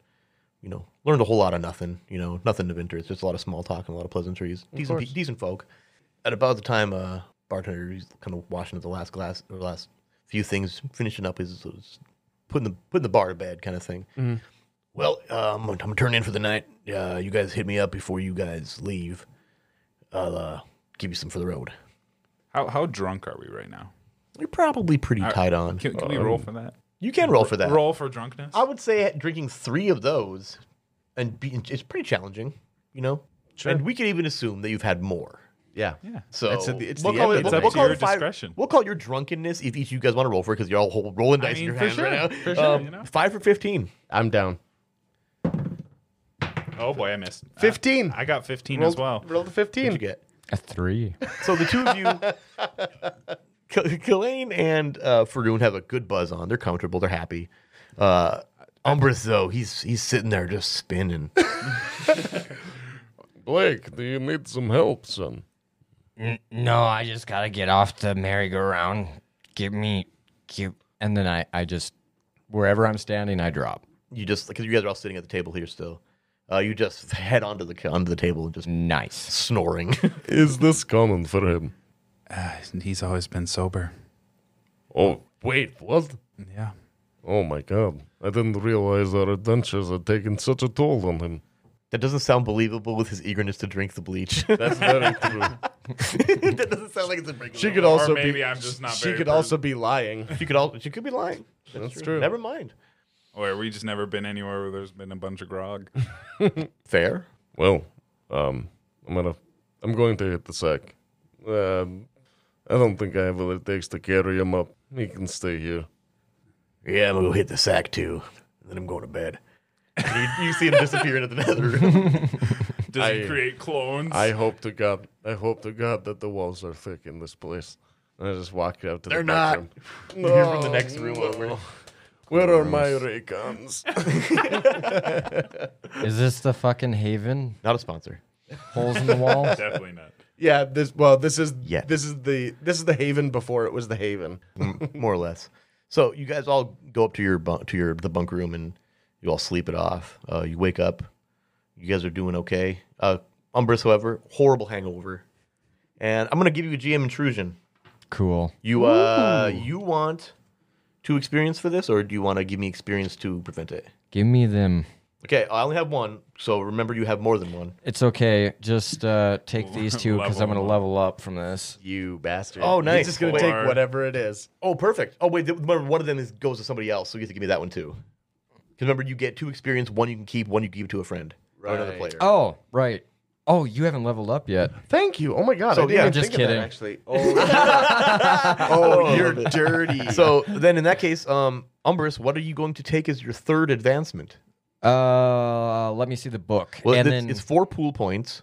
B: You know, learned a whole lot of nothing. You know, nothing of interest. Just a lot of small talk and a lot of pleasantries. Decent, pe- decent folk. at about the time uh bartender he's kind of washing up the last glass or last few things finishing up his, his- putting the putting the bar to bed kind of thing well uh, I'm, gonna, I'm gonna turn in for the night uh you guys hit me up before you guys leave i'll uh give you some for the road
C: How how drunk are we right now?
B: you're probably pretty tied on
C: Can,
H: Um,
C: can we roll for that?
B: you can roll for that
C: Roll for drunkenness.
B: i would say drinking three of those and be, it's pretty challenging you know and we can even assume that you've had more
D: Yeah.
C: Yeah.
B: So
D: It's at the- it's the
B: call it,
D: end of
B: we'll,
D: the night.
B: we'll
D: It's
B: call
C: up to
B: it
C: your
B: five-
C: discretion.
B: We'll call your drunkenness if each of you guys want to roll for it because you're all whole rolling dice in
C: mean,
B: your
C: for
B: hands right now.
C: sure, for
B: Um,
C: sure, you know.
B: Five for fifteen.
D: I'm down.
C: Oh boy, I missed. Uh,
D: 15.
G: Ah.
C: I got 15 as well.
D: Roll the
B: What'd you
D: 15.
B: get?
F: A three.
B: So the two of you, K- Killeen and uh, Faroon have a good buzz on. They're comfortable. They're happy. Uh, Umbrus though, he's he's sitting there just spinning.
D: Blake, do you need some help, son?
A: No, I just gotta get off the merry-go-round. Give me, give.
F: And then I, I just, wherever I'm standing, I drop.
B: you just because you guys are all sitting at the table here still. Uh, you just head onto the onto the table and just
F: Nice.
B: snoring.
D: Is this common for him?
C: Uh, he's always been sober.
D: Oh, wait, what?
C: Yeah.
D: Oh my god. I didn't realize our adventures had taken such a toll on him.
B: that doesn't sound believable with his eagerness to drink the bleach.
D: That's very true.
B: that doesn't sound like it's a regular.
E: She could also
H: maybe
E: be.
H: I'm just not
E: she
H: very
E: could also be lying.
B: She could all. She could be lying. That's,
D: That's
B: true.
D: true.
B: Never mind.
H: Or we just never been anywhere where there's been a bunch of grog.
B: Fair.
D: Well, um, I'm gonna, I'm going to hit the sack. Um, I don't think I have what it takes to carry him up. He can stay here.
B: Yeah, I'm gonna go hit the sack too. And then I'm going to bed. And you, you see him disappearing into the nether room.
H: Does
D: I-
H: he create clones?
D: I hope to God, I hope to God that the walls are thick in this place. And I just walk out to
B: They're
D: the
B: not.
D: back room.
B: You're from the next room over.
D: Where are my raycons?
F: Is this the fucking haven?
B: Not a sponsor.
F: Holes in the wall?
H: Definitely not.
E: Yeah. This. Well, this is.
B: Yeah.
E: This is the. This is the Haven before it was the Haven.
B: more or less. So you guys all go up to your bunk, to your the bunk room, and you all sleep it off. Uh, you wake up. You guys are doing okay. Uh, Umbris, however, horrible hangover, and I'm gonna give you a GM intrusion.
F: Cool.
B: You uh, you want to experience for this, or do you want to give me experience to prevent it?
F: Give me them.
B: Okay, I only have one, so remember you have more than one.
F: It's okay. Just uh, take these two because I'm going to level up from this.
E: You bastard.
B: Oh, nice.
E: He's just gonna
B: Or-
E: take whatever it is.
B: Oh, perfect. Oh wait, th- remember one of them is, goes to somebody else, so you have to give me that one too. Because remember, you get two experience, one you can keep, one you can give to a friend or another
E: Right.
B: player.
F: Oh, right. Oh, you haven't leveled up yet.
E: Thank you. Oh my god.
B: So,
E: I didn't
B: yeah,
E: even
F: just
E: think of that,
F: kidding.
E: actually. Oh. oh, you're dirty.
B: So then, in that case, um, Umbrus, what are you going to take as your third advancement?
F: Uh, let me see the book.
B: Well,
F: and
B: it's,
F: then
B: it's four pool points,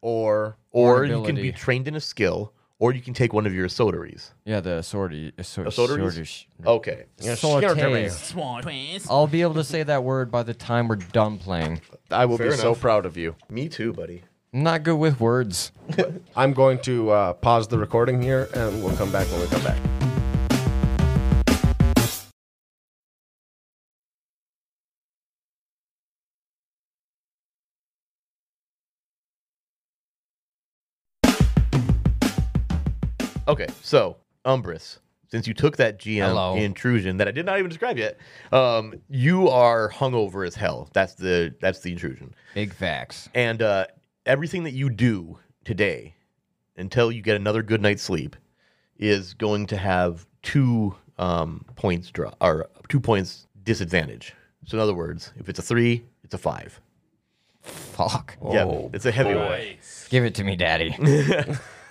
E: or
B: or you can be
F: ability.
B: trained in a skill, or you can take one of your soteries.
F: yeah, the sortie, uh, so,
B: Soteries?
F: sortish-
B: Okay.
F: sorties. I'll be able to say that word by the time we're done playing.
E: I will be
B: Fair
E: so
B: enough.
E: proud of you.
B: Me too, buddy.
F: I'm not good with words.
E: I'm going to uh, pause the recording here, and we'll come back when we come back.
B: Okay, so Umbrus, since you took that GM
A: Hello.
B: intrusion that I did not even describe yet, um, you are hungover as hell. That's the that's the intrusion.
A: Big facts.
B: And uh, everything that you do today until you get another good night's sleep is going to have two um, points draw or two points disadvantage. So in other words, if it's a three, it's a five.
A: Fuck.
B: yeah,
A: Oh,
B: it's a heavy one.
A: Give it to me, daddy.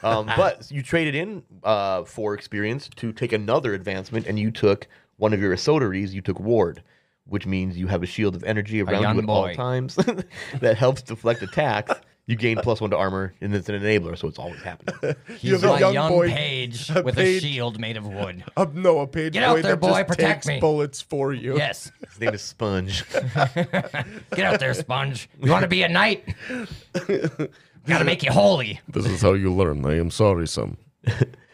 B: Um, but you traded in uh, for experience to take another advancement, and you took one of your Isoteries, you took Ward, which means you have a shield of energy around
A: young
B: you at all
A: boy.
B: times that helps deflect attacks. You gain plus one to armor, and it's an enabler, so it's always happening.
E: You
A: He's
E: have a
A: my
E: young
A: young,
E: boy-
A: page
E: a
A: with
E: page-
A: a shield made of wood.
E: Uh, no, a page
A: Get out
E: boy
A: there,
E: that
A: boy,
E: just
A: protect
E: takes
A: me.
E: bullets for you.
A: Yes.
B: His name is Sponge.
A: Get out there, Sponge. You want to be a knight? Gotta make you holy.
D: This is how you learn. I am sorry, son.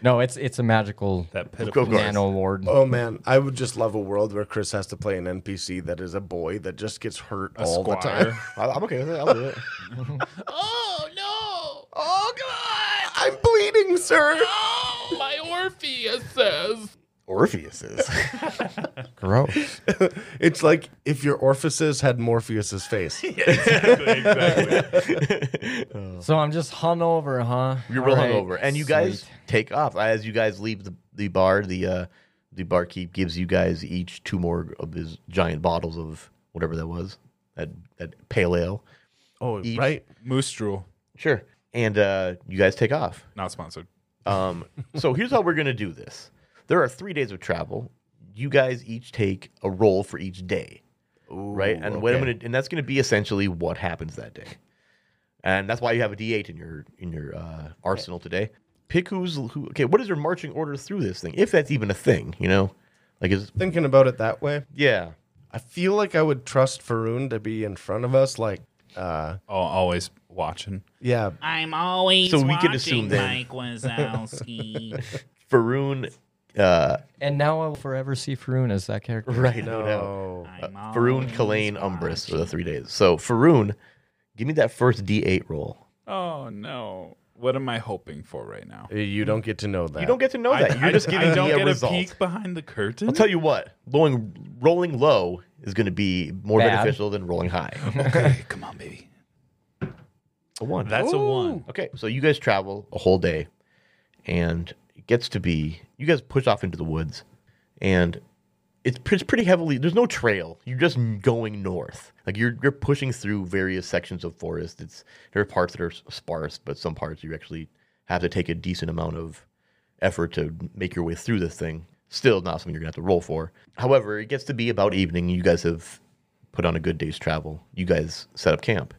F: No, it's it's a magical
C: That
B: course.
C: pitiful.
F: nano ward.
E: Oh man, I would just love a world where Chris has to play an NPC that is a boy that just gets hurt all the time.
H: Squire.
B: I- I'm okay with it. I'll do it.
H: Oh no! Oh god!
E: I'm bleeding, sir.
H: Oh, my Orpheus says.
B: Orpheus is.
F: Gross.
E: It's like if your Orpheus had Morpheus's face.
H: exactly.
F: So I'm just hungover, huh?
B: You're
F: All
B: real
F: right,
B: hungover, and you guys
F: sweet.
B: take off as you guys leave the, the bar. The uh, the barkeep gives you guys each two more of his giant bottles of whatever that was, that that pale ale.
E: Oh,
B: Each-
E: right.
H: Moose drool.
B: Sure. And uh, you guys take off.
H: Not sponsored.
B: Um, so here's how we're gonna do this. There are three days of travel. You guys each take a roll for each day, right? And what I'm gonna and that's gonna be essentially what happens that day. and that's why you have a D8 in your in your uh, arsenal today. Pick who's who. Okay, what is your marching order through this thing, if that's even a thing? You know, like is
E: Thinking about it that way,
B: yeah.
E: I feel like I would trust Faroon to be in front of us. Like, uh,
C: Oh, always watching.
E: yeah,
I: I'm always
B: So we
I: watching
B: could assume then.
I: Mike Wazowski.
B: Faroon, uh,
F: And now I will forever see Faroon as that character.
B: right? No, doubt.
E: no,
I: I'm
B: Faroon,
I: always
B: Kalain, Umbris for the
I: watching.
B: three days. So Faroon, give me that first D8 roll.
H: Oh no! What am I hoping for right now?
E: you don't get to know that.
B: You don't get to know
H: I-
B: that. You're
H: I-
B: just
H: I
B: giving
H: don't
B: me a
H: get
B: result.
H: a peek behind the curtain.
B: I'll tell you what, rolling rolling low is going to be more
F: Bad.
B: beneficial than rolling high.
H: Okay, come on, baby.
B: a one.
H: That's a one.
B: Okay, so you guys travel a whole day, and it gets to be you guys push off into the woods, and it's, pre- it's pretty heavily. There's no trail. You're just going north. Like you're you're pushing through various sections of forest. It's there are parts that are s- sparse, but some parts you actually have to take a decent amount of effort to make your way through this thing. Still not something you're gonna have to roll for. However, it gets to be about evening. You guys have put on a good day's travel. You guys set up camp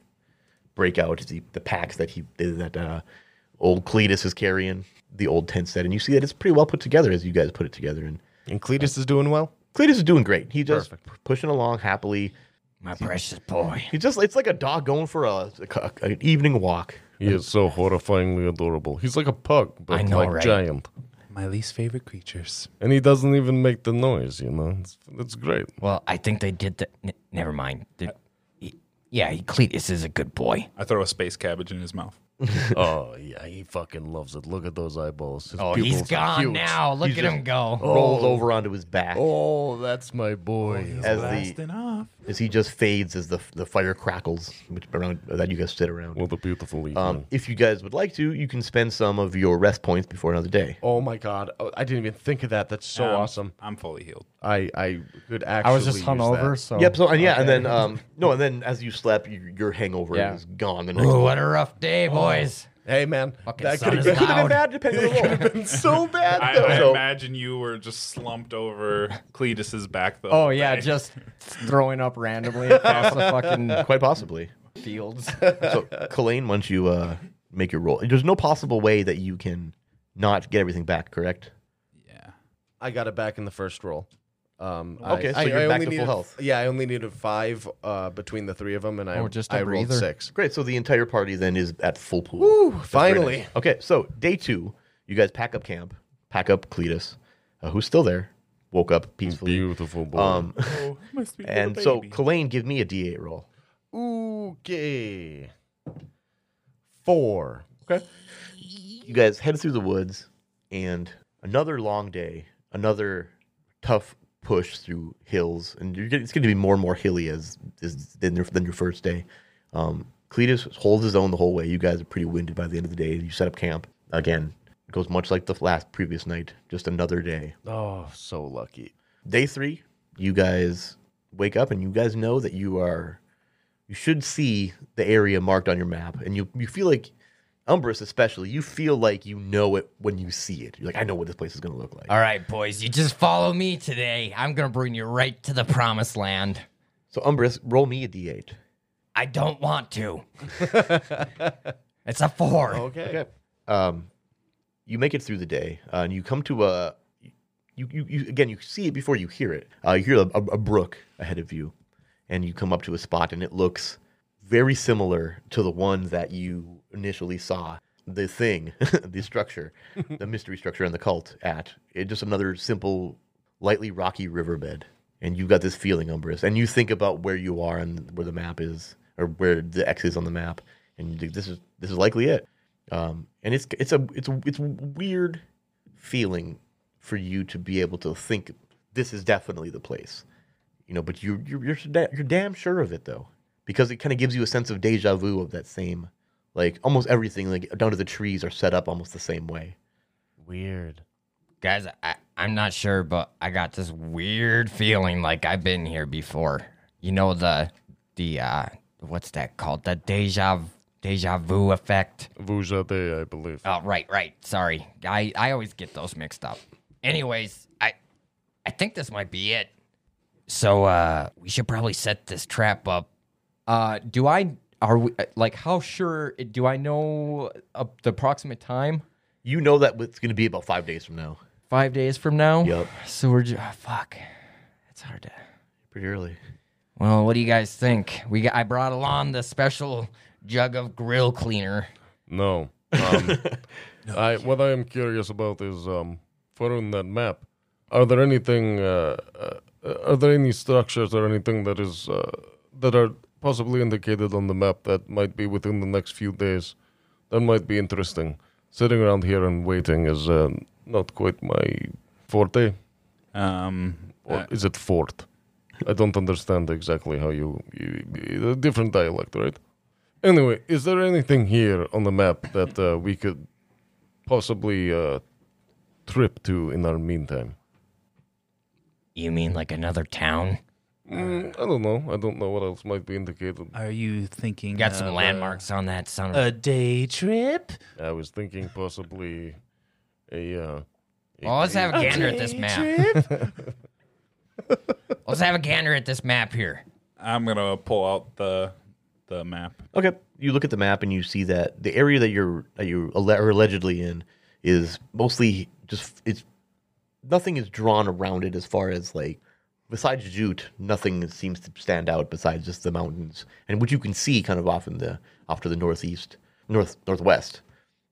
B: break out the, the packs that he that uh, old Cletus is carrying, the old tent set, and you see that it's pretty well put together as you guys put it together. And
E: And Cletus is doing well.
B: Cletus is doing great. He's just p- pushing along happily.
A: My precious boy.
B: He just it's like a dog going for a, a- an evening walk.
D: He is so horrifyingly adorable. He's like a pug, but
A: I know,
D: like
A: right?
D: giant.
C: My least favorite creatures.
D: And he doesn't even make the noise, you know? It's, it's great.
A: Well, I think they did that. N- never mind. Did- he- yeah, he- Cletus is a good boy.
H: I throw a space cabbage in his mouth.
D: oh, yeah, he fucking loves it. Look at those eyeballs. His
A: Oh, he's
D: pupils are
A: gone
D: huge.
A: now. Look
B: He's
A: at
B: just-
A: him go.
B: Rolls over onto his back
D: Oh, that's my boy.
B: as the
H: Blasting off.
B: as he just fades as the the fire crackles which- around that you guys sit around.
D: What a beautiful evening.
B: Um, if you guys would like to, you can spend some of your rest points before another day.
E: Oh my god, oh, I didn't even think of that. That's so
H: Um,
E: awesome.
H: I'm fully healed.
E: I I could actually.
F: I was just
E: use
F: hungover,
E: that.
F: so.
B: Yep. So and yeah, and then um, no, and then as you slept, you, your hangover
F: Yeah.
B: is gone. The next
A: Ooh, what a rough day, boys.
E: Hey man, that
A: sun
E: could have
A: is
E: been,
B: It could have been
A: Loud.
B: bad depending on the role.
E: so bad.
H: I,
E: though.
H: I
B: So-
H: imagine you were just slumped over Cletus's back though.
F: Oh, yeah, just throwing up randomly across the fucking
B: Quite possibly.
F: fields.
B: So, Colleen, once you uh, make your roll, there's no possible way that you can not get everything back, correct?
H: yeah.
E: I got it back in the first roll. Um,
B: Okay,
E: I,
B: so
E: I-
B: you're
E: I
B: back
E: only
B: to full
E: needed-
B: health.
E: Yeah, I only needed five uh, between the three of them, and I
F: Oh, just a
E: I rolled
F: breather.
E: six.
B: Great. So the entire party then is at full pool.
E: Woo! Finally,
B: Okay. So day two, you guys pack up camp, pack up Cletus, uh, who's still there, woke up peacefully.
D: beautiful boy.
B: Um,
H: Oh, my sweet little
B: and so
H: baby.
B: Colleen, give me a D8 roll.
E: okay. Four.
B: You guys head through the woods, and another long day, another tough push through hills, and you're getting, it's going to be more and more hilly as, as than, your, than your first day. Um, Cletus holds his own the whole way. You guys are pretty winded by the end of the day. You set up camp again. It goes much like the last previous night, just another day.
E: Oh, so lucky.
B: Day three, you guys wake up and you guys know that you are, you should see the area marked on your map, and you you feel like, Umbrus especially, you feel like you know it when you see it. You're like, I know what this place is going to look like.
A: All right, boys, you just follow me today. I'm going to bring you right to the promised land.
B: So Umbrus, roll me a d8.
A: I don't want to. it's a four.
D: Oh.
E: Okay.
B: Um, you make it through the day, uh, and you come to a. You, you, you again. You see it before you hear it. Uh, you hear a, a, a brook ahead of you, and you come up to a spot, and it looks very similar to the one that you initially saw. The thing, the structure, the mystery structure, and the cult at it. Just another simple, lightly rocky riverbed, and you got this feeling, Umbrus, and you think about where you are and where the map is, or where the X is on the map, and you think this is this is likely it um, and it's it's a it's a- it's a weird feeling for you to be able to think this is definitely the place, you know. But you you're you're, da- you're damn sure of it though, because it kind of gives you a sense of deja vu of that same, like almost everything like down to the trees are set up almost the same way.
E: Weird.
A: Guys, I, I'm not sure, but I got this weird feeling like I've been here before. You know the the uh what's that called? The deja deja vu effect.
D: Vujade, I believe.
A: Oh, right, right. Sorry. I, I always get those mixed up. Anyways, I I think this might be it. So uh we should probably set this trap up.
F: Uh, do I are we like how sure do I know uh, the approximate time?
B: You know that it's going to be about five days from now.
F: Five days from now.
B: Yep.
F: So we're
A: oh,
F: just fuck. It's hard to.
B: Pretty early.
A: Well, what do you guys think? We got, I brought along the special jug of grill cleaner.
D: No. Um, I, what I am curious about is um, following that map. Are there anything? Uh, uh, are there any structures or anything that is uh, that are possibly indicated on the map that might be within the next few days? That might be interesting. Sitting around here and waiting is uh, not quite my forte.
C: Um,
D: Or
H: uh,
D: is it fort? I don't understand exactly how you, you. A different dialect, right? Anyway, is there anything here on the map that uh, we could possibly uh, trip to in our meantime?
A: You mean like another town?
D: Mm, I don't know. I don't know what else might be indicated.
C: are you thinking
A: You got some
C: of, uh,
A: landmarks on that son of
C: A day trip?
D: I was thinking possibly a. Uh, a
A: Well, let's have a gander at this map. let's have a gander at this map here.
H: I'm gonna pull out the the map.
B: Okay. You look at the map and you see that the area that you're that you alle- are allegedly in is mostly just it's nothing is drawn around it as far as like besides Jute, nothing seems to stand out besides just the mountains and what you can see kind of off in the off to the northeast, north northwest,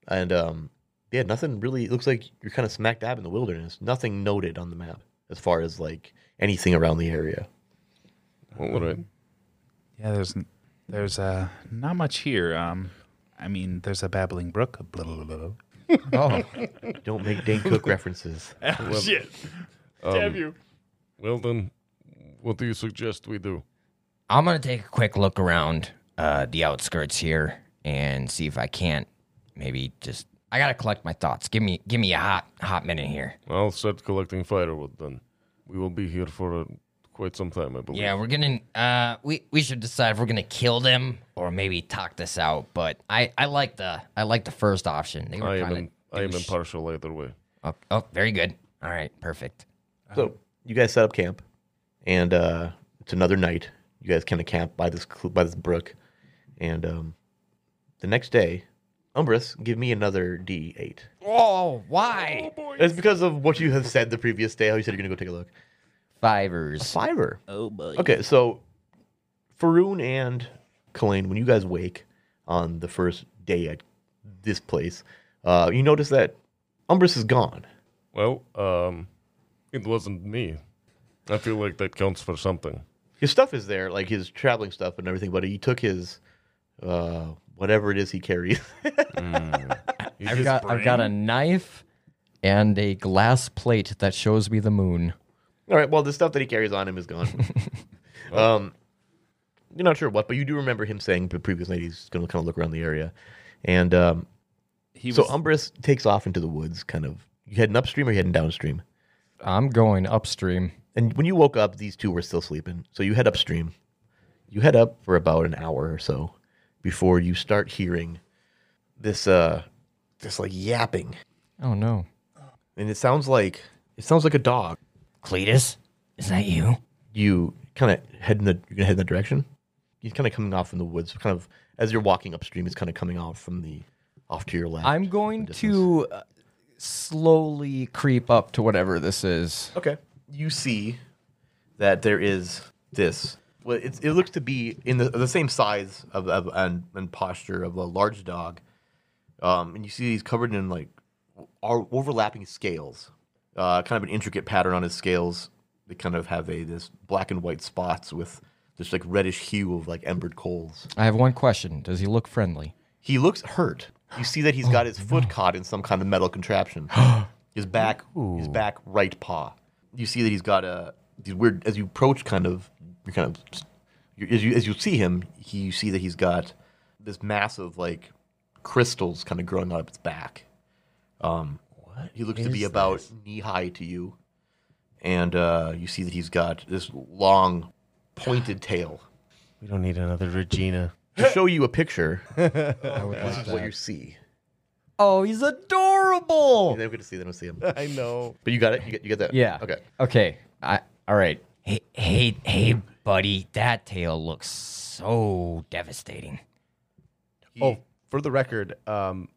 B: and um yeah, nothing really. It looks like you're kind of smack dab in the wilderness. Nothing noted on the map as far as like anything around the area.
D: All right.
C: Yeah, there's n- there's uh not much here. Um, I mean, there's a babbling brook. Blah, blah, blah, blah.
B: Don't make Dane Cook references.
H: Oh,
C: Shit,
D: Um, Well, then, what do you suggest we do?
A: I'm gonna take a quick look around uh, the outskirts here and see if I can't maybe just. I gotta collect my thoughts. Give me, give me a hot, hot minute here.
D: I'll start collecting firewood then. We will be here for uh, quite some time, I believe.
A: Yeah, we're gonna. Uh, we we should decide if we're gonna kill them or maybe talk this out. But I I like the I like the first option. They were
D: I am,
A: kinda-
D: in,
A: they
D: I am
A: were sh-
D: impartial either way.
A: oh, oh, very good. All right, perfect.
B: So you guys set up camp, and uh, it's another night. You guys kind of camp by this cl- by this brook, and um, the next day, Umbris, give me another D eight.
A: Oh, why
B: It's because of what you have said the previous day. How you said you're gonna go take a look.
A: fivers?
B: Fiverr.
I: Oh, boy.
B: Okay, so Faroon and Colleen, when you guys wake on the first day at this place, uh, you notice that Umbris is gone.
D: Well, um, it wasn't me. I feel like that counts for something.
B: his stuff is there, like his traveling stuff and everything. But he took his uh, whatever it is he carries.
F: I've got I've got a knife and a glass plate that shows me the moon.
B: All right, well, the stuff that he carries on him is gone.
H: Oh.
B: um, you're not sure what, but you do remember him saying the previous night he's going to kind of look around the area, and um,
H: He
B: so
H: was
B: Umbris takes off into the woods. Kind of, you heading upstream or you heading downstream?
F: I'm going upstream.
B: And when you woke up, these two were still sleeping. So you head upstream. You head up for about an hour or so before you start hearing this uh, this like yapping.
F: Oh no.
B: and it sounds like it sounds like a dog.
A: Cletus, is that you?
B: You kind of head in the you're gonna head in that direction. He's kind of coming off in the woods, kind of as you're walking upstream. It's kind of coming off from the off to your left.
F: I'm going to uh, slowly creep up to whatever this is.
B: okay. You see that there is this. Well, it's, it looks to be in the, the same size of, of and, and posture of a large dog, um, and you see he's covered in like are overlapping scales, uh, kind of an intricate pattern on his scales. They kind of have a this black and white spots with this like reddish hue of like embered coals.
F: I have one question. Does he look friendly?
B: He looks hurt. You see that he's
E: Oh,
B: got his foot caught in some kind of metal contraption. his back, his back right paw. You see that he's got a these weird. As you approach, kind of, you are kind of, you, as you as you see him, he, you see that he's got this massive like crystals kind of growing out of his back. Um, he looks to be about knee high to you, and uh, you see that he's got this long, pointed tail.
E: We don't need another Regina.
B: To show you a picture, this is what you see.
F: Oh, he's adorable.
B: They're going to see. They don't see him.
E: I know.
B: But you got it. You get, you get that.
F: Yeah.
B: Okay.
F: Okay. I all right.
A: Hey, hey, hey, buddy, that tail looks so devastating.
E: Oh, for the record, um,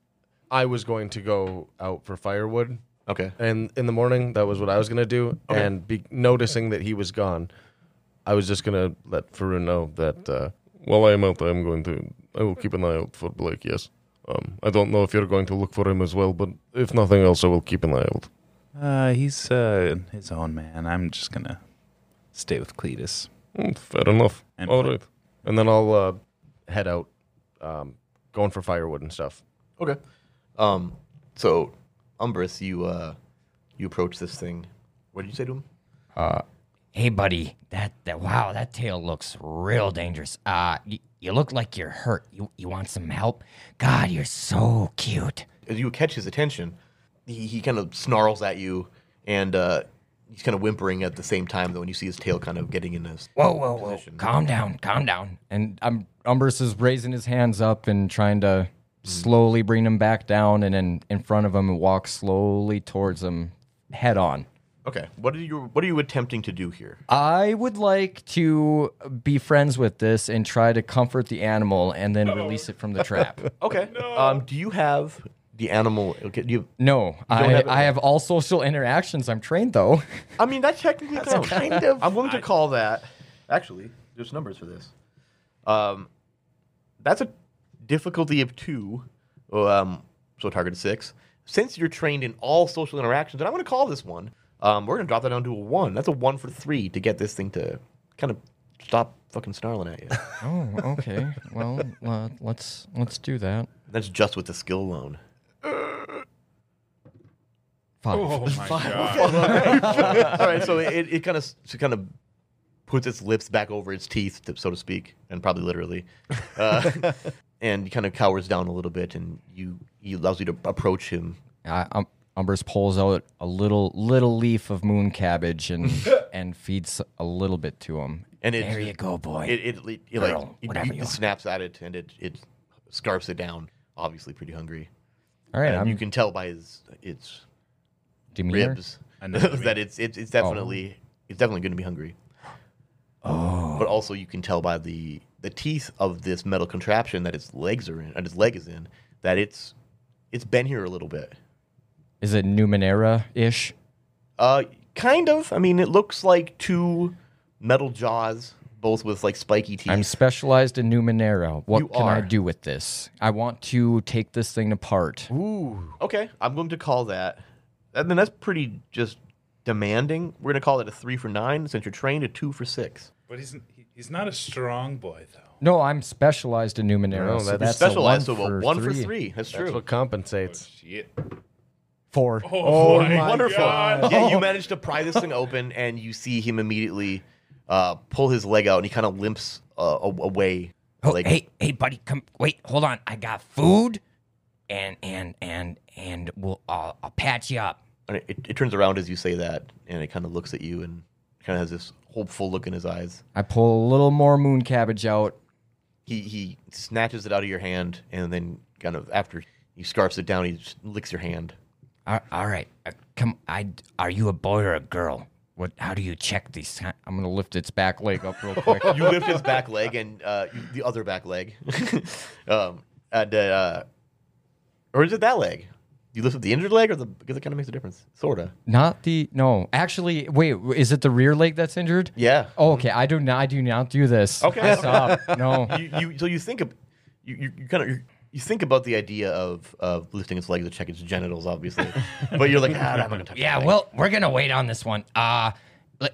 E: I was going to go out for firewood,
B: Okay.
E: and in the morning that was what I was gonna do. And be- noticing that he was gone, I was just gonna let Faroon know that. Uh,
D: While I am out, I am going to. I will keep an eye out for Blake. Yes. Um, I don't know if you're going to look for him as well, but if nothing else, I will keep an eye out.
C: Uh, he's uh, his own man. I'm just gonna stay with Cletus.
D: Mm, fair enough.
C: And
D: All
C: Blake.
D: right.
E: and then I'll uh, head out, um, going for firewood and stuff.
B: Okay. Um. So, Umbrus, you uh, you approach this thing. What did you say to him?
A: Hey, buddy, that, that wow, that tail looks real dangerous. Uh, you, you look like you're hurt. You, you want some help? God, you're so cute.
B: As you catch his attention, he, he kind of snarls at you, and uh, he's kind of whimpering at the same time. Though, when you see his tail kind of getting in this.
A: Whoa, Oh, whoa, whoa!
B: Position.
A: Calm down, calm down. And um, Umbrus is raising his hands up and trying to
B: Hmm.
A: slowly bring him back down, and then in front of him and walk slowly towards him, head on.
B: Okay. What are you What are you attempting to do here?
A: I would like to be friends with this and try to comfort the animal and then release it from the trap.
B: Okay. Um. Do you have the animal? Okay. Do you?
A: No, I
B: have it?
A: I have all social interactions. I'm trained though.
B: I mean, that technically counts.
G: Kind of.
B: I'm willing to call that. Actually, there's numbers for this. Um, that's a difficulty of two. Um, so target is six. Since you're trained in all social interactions, and I'm going to call this one. Um, we're going to drop that down to a one. That's a one for three to get this thing to kind of stop fucking snarling at you.
A: Oh, okay. Well, uh, let's let's do that.
B: that's just with the skill alone.
A: Five.
H: Oh my god.
B: all right, so it, it kind of it kind of puts its lips back over its teeth, to- so to speak, and probably literally, uh, and kind of cowers down a little bit, and you he allows you to approach him.
A: I, um, Umbers pulls out a little little leaf of moon cabbage and and feeds a little bit to him.
B: And it-
A: there you go, boy.
B: It it, it, it like
A: Girl,
B: it,
A: whatever
B: it
A: you are.
B: snaps at it, and it it scarfs it down. Obviously, pretty hungry,
A: All right,
B: and
A: I'm
B: you can tell by his its
A: Demir.
B: ribs
C: I know what you
B: that it's it's it's definitely
A: Oh.
B: it's definitely going to be hungry. Oh. But also you can tell by the the teeth of this metal contraption that its legs are in and its leg is in that it's it's been here a little bit.
A: Is it Numenera ish?
B: Uh kind of. I mean it looks like two metal jaws both with like spiky teeth.
A: I'm specialized in Numenera. What
B: You
A: can I
B: are.
A: do with this? I want to take this thing apart.
B: okay, I'm going to call that. I mean that's pretty just demanding. We're going to call it a 3 for 9 since you're trained a 2 for 6.
H: But he's he- he's not a strong boy though.
A: No, I'm specialized in Numenera.
E: No,
A: so
E: that's-
A: that's
B: Oh, Specialized
A: a
B: so
A: one,
B: a
A: for,
B: 1
A: three.
B: for 3. That's true.
E: That's what compensates.
H: Shit.
A: Four.
H: Oh, my
B: Wonderful.
H: God.
B: Yeah, you managed to pry this thing open, and you see him immediately uh, pull his leg out, and he kind of limps uh, a- away.
A: Oh,
B: like,
A: hey, hey, buddy, come. Wait, hold on. I got food, and and and and we'll I'll, I'll patch you up.
B: and it, it turns around as you say that, and it kind of looks at you and kind of has this hopeful look in his eyes.
A: I pull a little more moon cabbage out.
B: He he snatches it out of your hand, and then kind of after he scarfs it down, he just licks your hand.
A: All, all right, uh, come. I are you a boy or a girl? What? How do you check these? Huh? I'm gonna lift its back leg up real quick.
B: You lift his back leg and uh, you- the other back leg, um, and uh, or is it that leg? You lift up the injured leg, or the because it kind of makes a difference, sorta.
A: Not the no. Actually, wait. Is it the rear leg that's injured?
B: Yeah.
A: Oh, um, okay. I do not. I do not do this.
B: Okay.
A: I stop. No.
B: you, you so you think of you, you, you kind of you, you think about the idea of of lifting its leg to check its genitals, obviously, but you're like, ah, I'm not gonna touch.
A: Yeah,
B: that
A: well, we're gonna wait on this one. Uh, le-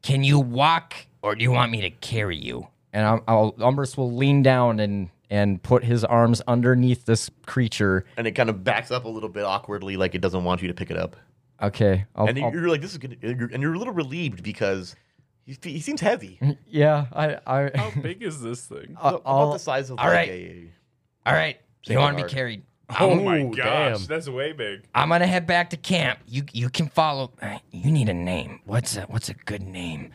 A: can you walk, or do you want me to carry you? And I'll, I'll Umbris will lean down and and put his arms underneath this creature.
B: thing." and it kind of backs up a little bit awkwardly, like it doesn't want you to pick it up.
A: Okay, I'll,
B: And
A: I'll-
B: you're like, this is gonna, you're- and you're a little relieved because he, he seems heavy,
A: yeah, I, I,
H: How big is this thing?
A: I'll,
B: about the size of
A: Mm, all
B: like
A: right.
B: a-
A: all right. You
B: Single
A: want to be
B: guard.
A: carried?
H: Oh
A: I'm,
H: my
E: Ooh,
H: gosh,
E: damn.
H: that's way big.
A: I'm gonna head back to camp. You you can follow. uh, You need a name. What's a what's a good name?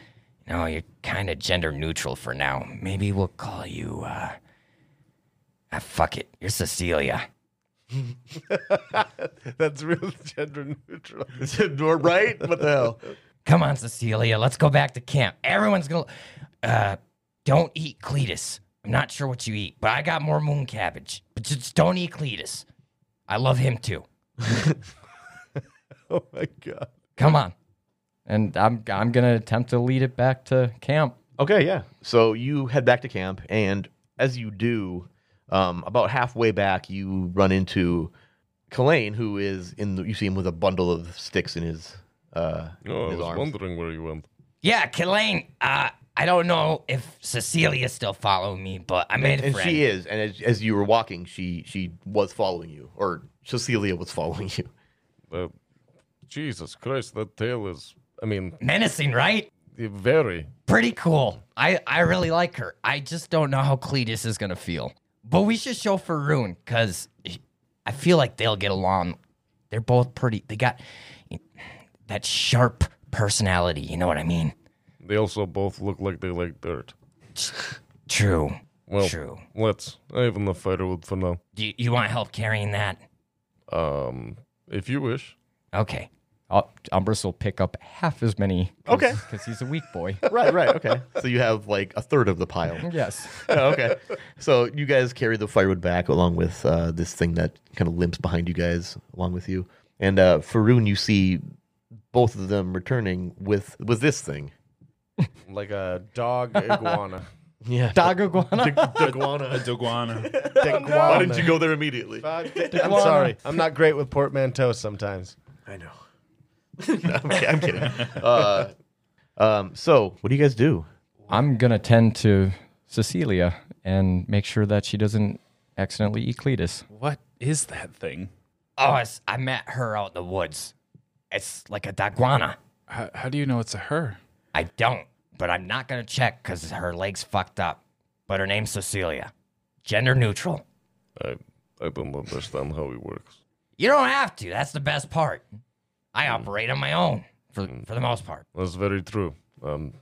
A: No, you're kind of gender neutral for now. Maybe we'll call you. uh Ah, fuck it. You're Cecilia.
E: That's real gender neutral.
B: right? What the hell?
A: Come on, Cecilia, let's go back to camp. Everyone's gonna. Uh, don't eat Cletus. I'm not sure what you eat, but I got more moon cabbage. But just don't eat Cletus. I love him too.
E: Oh my god.
A: Come on. And I'm I'm gonna attempt to lead it back to camp.
B: Okay, yeah. So you head back to camp, and as you do, um, about halfway back, you run into Kalain, who is in. The, you see him with a bundle of sticks in his. Uh,
D: Oh, I
B: his
D: was
B: arms.
D: wondering where you went.
A: Yeah, Killane, uh, I don't know if Cecilia's still following me, but I made a
B: and
A: friend.
B: she is, and as, as you were walking, she she was following you, or Cecilia was following you.
D: Uh, Jesus Christ, that tail is. I mean,
A: Menacing, right?
D: very.
A: Pretty cool. I, I really like her. I just don't know how Cletus is gonna feel. But we should show Faroon, cause I feel like they'll get along. They're both pretty they got that sharp personality, you know what I mean?
D: They also both look like they like dirt.
A: True.
D: Well,
A: True.
D: let's. I have enough firewood for now.
A: Do you, you want help carrying that?
D: Um, if you wish.
A: Okay.
F: I'll, Umbris will pick up half as many.
B: Okay.
F: Because he's a weak boy.
B: right, right, okay. So you have like a third of the pile.
F: yes.
B: Oh, okay. So you guys carry the firewood back along with uh, this thing that kind of limps behind you guys along with you. And uh, Faroon, you see both of them returning with with this thing.
E: Like a dog iguana.
B: Yeah.
F: Dog iguana.
E: Iguana.
H: Iguana.
B: Why didn't you go there immediately?
E: I'm sorry. I'm not great with portmanteaus sometimes.
B: I know. I'm, ki- I'm kidding. Uh, um, so what do you guys do?
F: I'm going to tend to Cecilia and make sure that she doesn't accidentally eat Cletus.
C: What is that thing?
A: Oh, it's, I met her out in the woods. It's like a daguana.
C: How, how do you know it's a her?
A: I don't, but I'm not gonna check because her leg's fucked up. But her name's Cecilia. Gender neutral.
D: I I don't understand how it works.
A: You don't have to. That's the best part. I
D: Hmm.
A: operate on my own for for the most part.
D: That's very true. Um,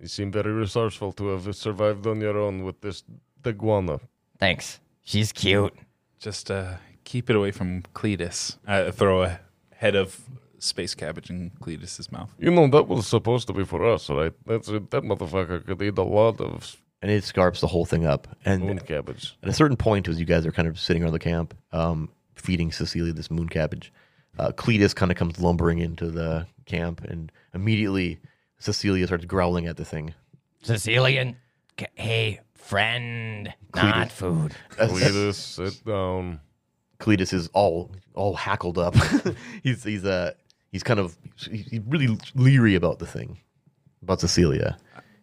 D: you seem very resourceful to have survived on your own with this iguana.
A: Thanks. She's cute.
C: Just uh, keep it away from Cletus. I throw a head of space cabbage in Cletus's mouth.
D: You know that was supposed to be for us, right? That's it. That motherfucker could eat a lot of
B: And it scarps the whole thing up. And
D: moon cabbage.
B: At a certain point, as you guys are kind of sitting around the camp, um, feeding Cecilia this moon cabbage, uh, Cletus kind of comes lumbering into the camp, and immediately Cecilia starts growling at the thing.
A: Cecilian. C- hey, friend. Not food.
D: Cletus, sit down.
B: Cletus is all all hackled up. he's he's uh he's kind of he's really leery about the thing, about Cecilia,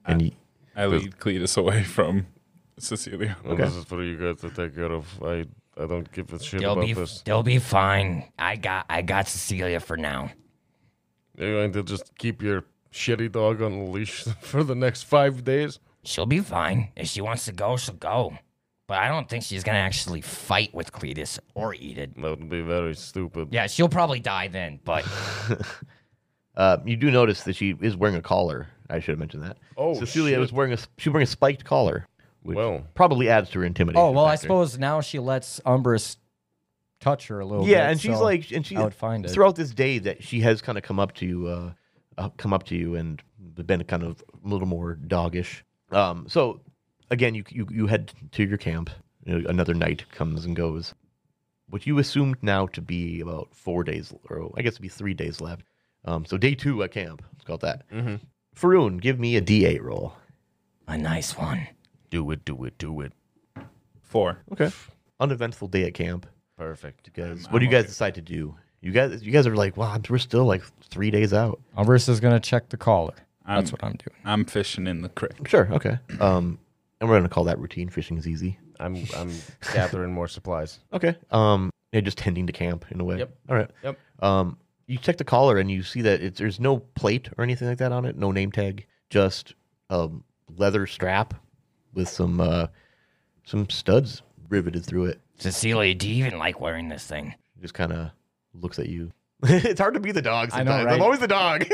B: and he,
H: I lead Cletus away from Cecilia.
D: Well, This is for you guys to take care of. I I don't give a shit
A: They'll
D: about
A: be
D: this.
A: they'll be fine. I got I got Cecilia for now.
D: You're going to just keep your shitty dog on a leash for the next five days.
A: She'll be fine. If she wants to go, she'll go. But I don't think she's gonna actually fight with Cletus or eat it.
D: That would be very stupid.
A: Yeah, she'll probably die then, but
B: uh, you do notice that she is wearing a collar. I should have mentioned that.
D: Oh,
B: Cecilia
D: shit.
B: was wearing a she was wearing a spiked collar, which
D: Well.
B: probably adds to her intimidation.
F: Oh, well, I
B: factor.
F: suppose now she lets Umbris touch her a little bit.
B: yeah and she's
F: so
B: like and she
F: I would find it.
B: throughout this day that she has kind of come up to you uh, uh come up to you and been kind of a little more doggish um so again you you, you head to your camp You know, another night comes and goes what you assumed now to be about four days or i guess it'd be three days left um so day two at camp let's call it that mm-hmm. faroon give me a d8 roll
A: a nice one.
D: Do it, do it, do it.
H: Four.
B: okay uneventful day at camp
D: Perfect.
B: guys what do you guys decide to do you guys you guys are like wow we're still like three days out
F: Umbris is going to check the collar. That's
C: I'm-
F: what I'm doing.
C: I'm fishing in the creek.
B: Sure. Okay. Um, and we're gonna call that routine. Fishing is easy.
E: I'm I'm gathering more supplies.
B: Okay. Um, yeah, just tending to camp in a way.
E: Yep.
B: All right.
E: Yep.
B: Um, you check the collar and you see that it's, there's no plate or anything like that on it. No name tag. Just a leather strap with some uh, some studs riveted through it.
A: Cecilia, do you even like wearing this thing?
B: Just kind of looks at you. it's hard to be the dog sometimes. I am
F: right?
B: always the dog.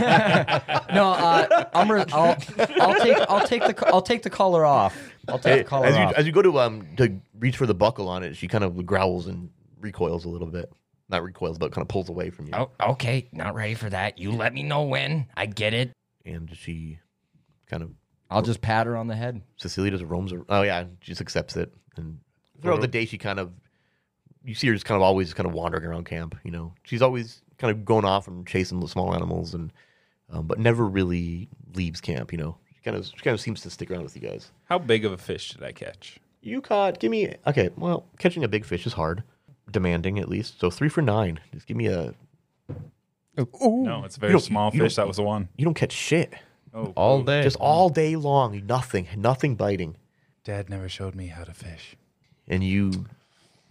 F: No, uh, Umbris, I'll, I'll take I'll take the co- I'll take the collar off. I'll take the collar
B: as you
F: off.
B: as you go to um to reach for the buckle on it, she kind of growls and recoils a little bit. Not recoils, but kind of pulls away from you.
A: Oh, okay. Not ready for that. You let me know when. I get it.
B: and she kind of
F: I'll just pat her on the head.
B: Cecilia just roams. Around. Oh yeah, she just accepts it. And throughout the day, she kind of you see her just kind of always kind of wandering around camp. You know, she's always kind of going off and chasing the small animals, and um, but never really leaves camp. You know, she kind of she kind of seems to stick around with you guys.
C: How big of a fish did I catch?
B: You caught. Give me okay. Well, catching a big fish is hard, demanding at least. So three for nine. Just give me a.
C: No, it's a very
B: You don't-
C: small
B: you don't-
C: fish. That was the one.
B: You don't catch shit.
F: All day.
B: Just all day long, nothing, nothing biting.
C: Dad never showed me how to fish.
B: and you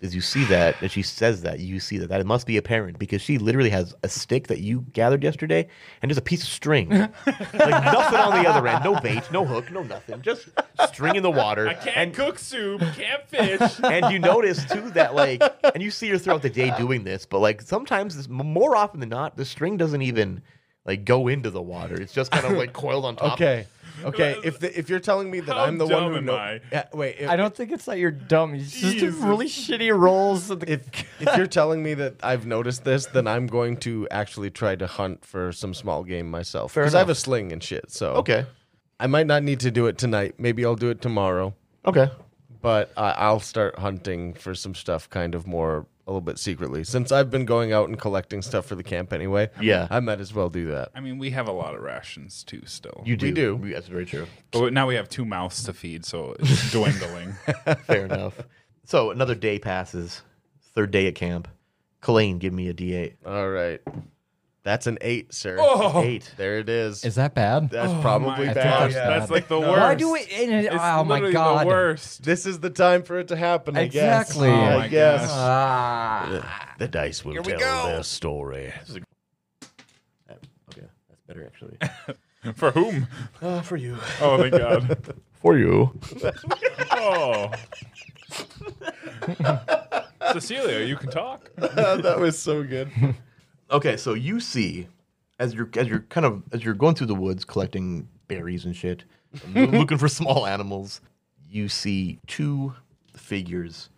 B: as you see that and she says that you see that that it must be apparent because she literally has a stick that you gathered yesterday and just a piece of string like nothing on the other end no bait no hook no nothing just string in the water and
C: cook soup, can't fish.
B: and you notice too that like and you see her throughout the day doing this but like sometimes this, more often than not the string doesn't even like go into the water it's just kind of like coiled on top
E: Okay. Okay. If the, if you're telling me that
C: How
E: I'm the one
C: dumb
E: who
C: am
E: know,
C: I?
E: Yeah, wait, if,
F: I don't think it's that you're dumb. He's just doing really shitty rolls. of the-
E: If if you're telling me that I've noticed this, then I'm going to actually try to hunt for some small game myself
B: Fair
E: because I have a
B: enough.
E: sling and shit. So
B: okay
E: I might not need to do it tonight. Maybe I'll do it tomorrow.
B: okay
E: But I I'll start hunting for some stuff, kind of more a little bit secretly. Since I've been going out and collecting stuff for the camp anyway,
B: Yeah.
E: I might as well do that.
C: I mean, we have a lot of rations too, still.
B: you do,
E: do.
B: that's very true
C: but now we have two mouths to feed, so it's dwindling.
B: Fair enough. So another day passes. Third day at camp. Colleen, give me a D8.
E: All right, that's an eight, sir.
B: Eight.
E: There it is.
F: Is that bad?
E: that's probably
C: my
E: bad.
F: gosh,
E: Yeah.
C: That's like the worst.
F: Why do it? and it-
C: It's
F: oh my
C: literally
F: god.
C: The worst.
E: This is the time for it to happen. I guess.
F: Exactly. Oh
E: I
C: my
E: guess.
C: gosh.
F: Ah.
E: The dice will tell their story.
B: Okay, that's better actually.
C: For whom?
B: Uh, for you.
C: Oh, thank God.
B: For you.
C: Oh. Cecilia, you can talk.
E: that was so good.
B: Okay, so you see, as you're as you're kind of as you're going through the woods collecting berries and shit, loo- looking for small animals, you see two figures.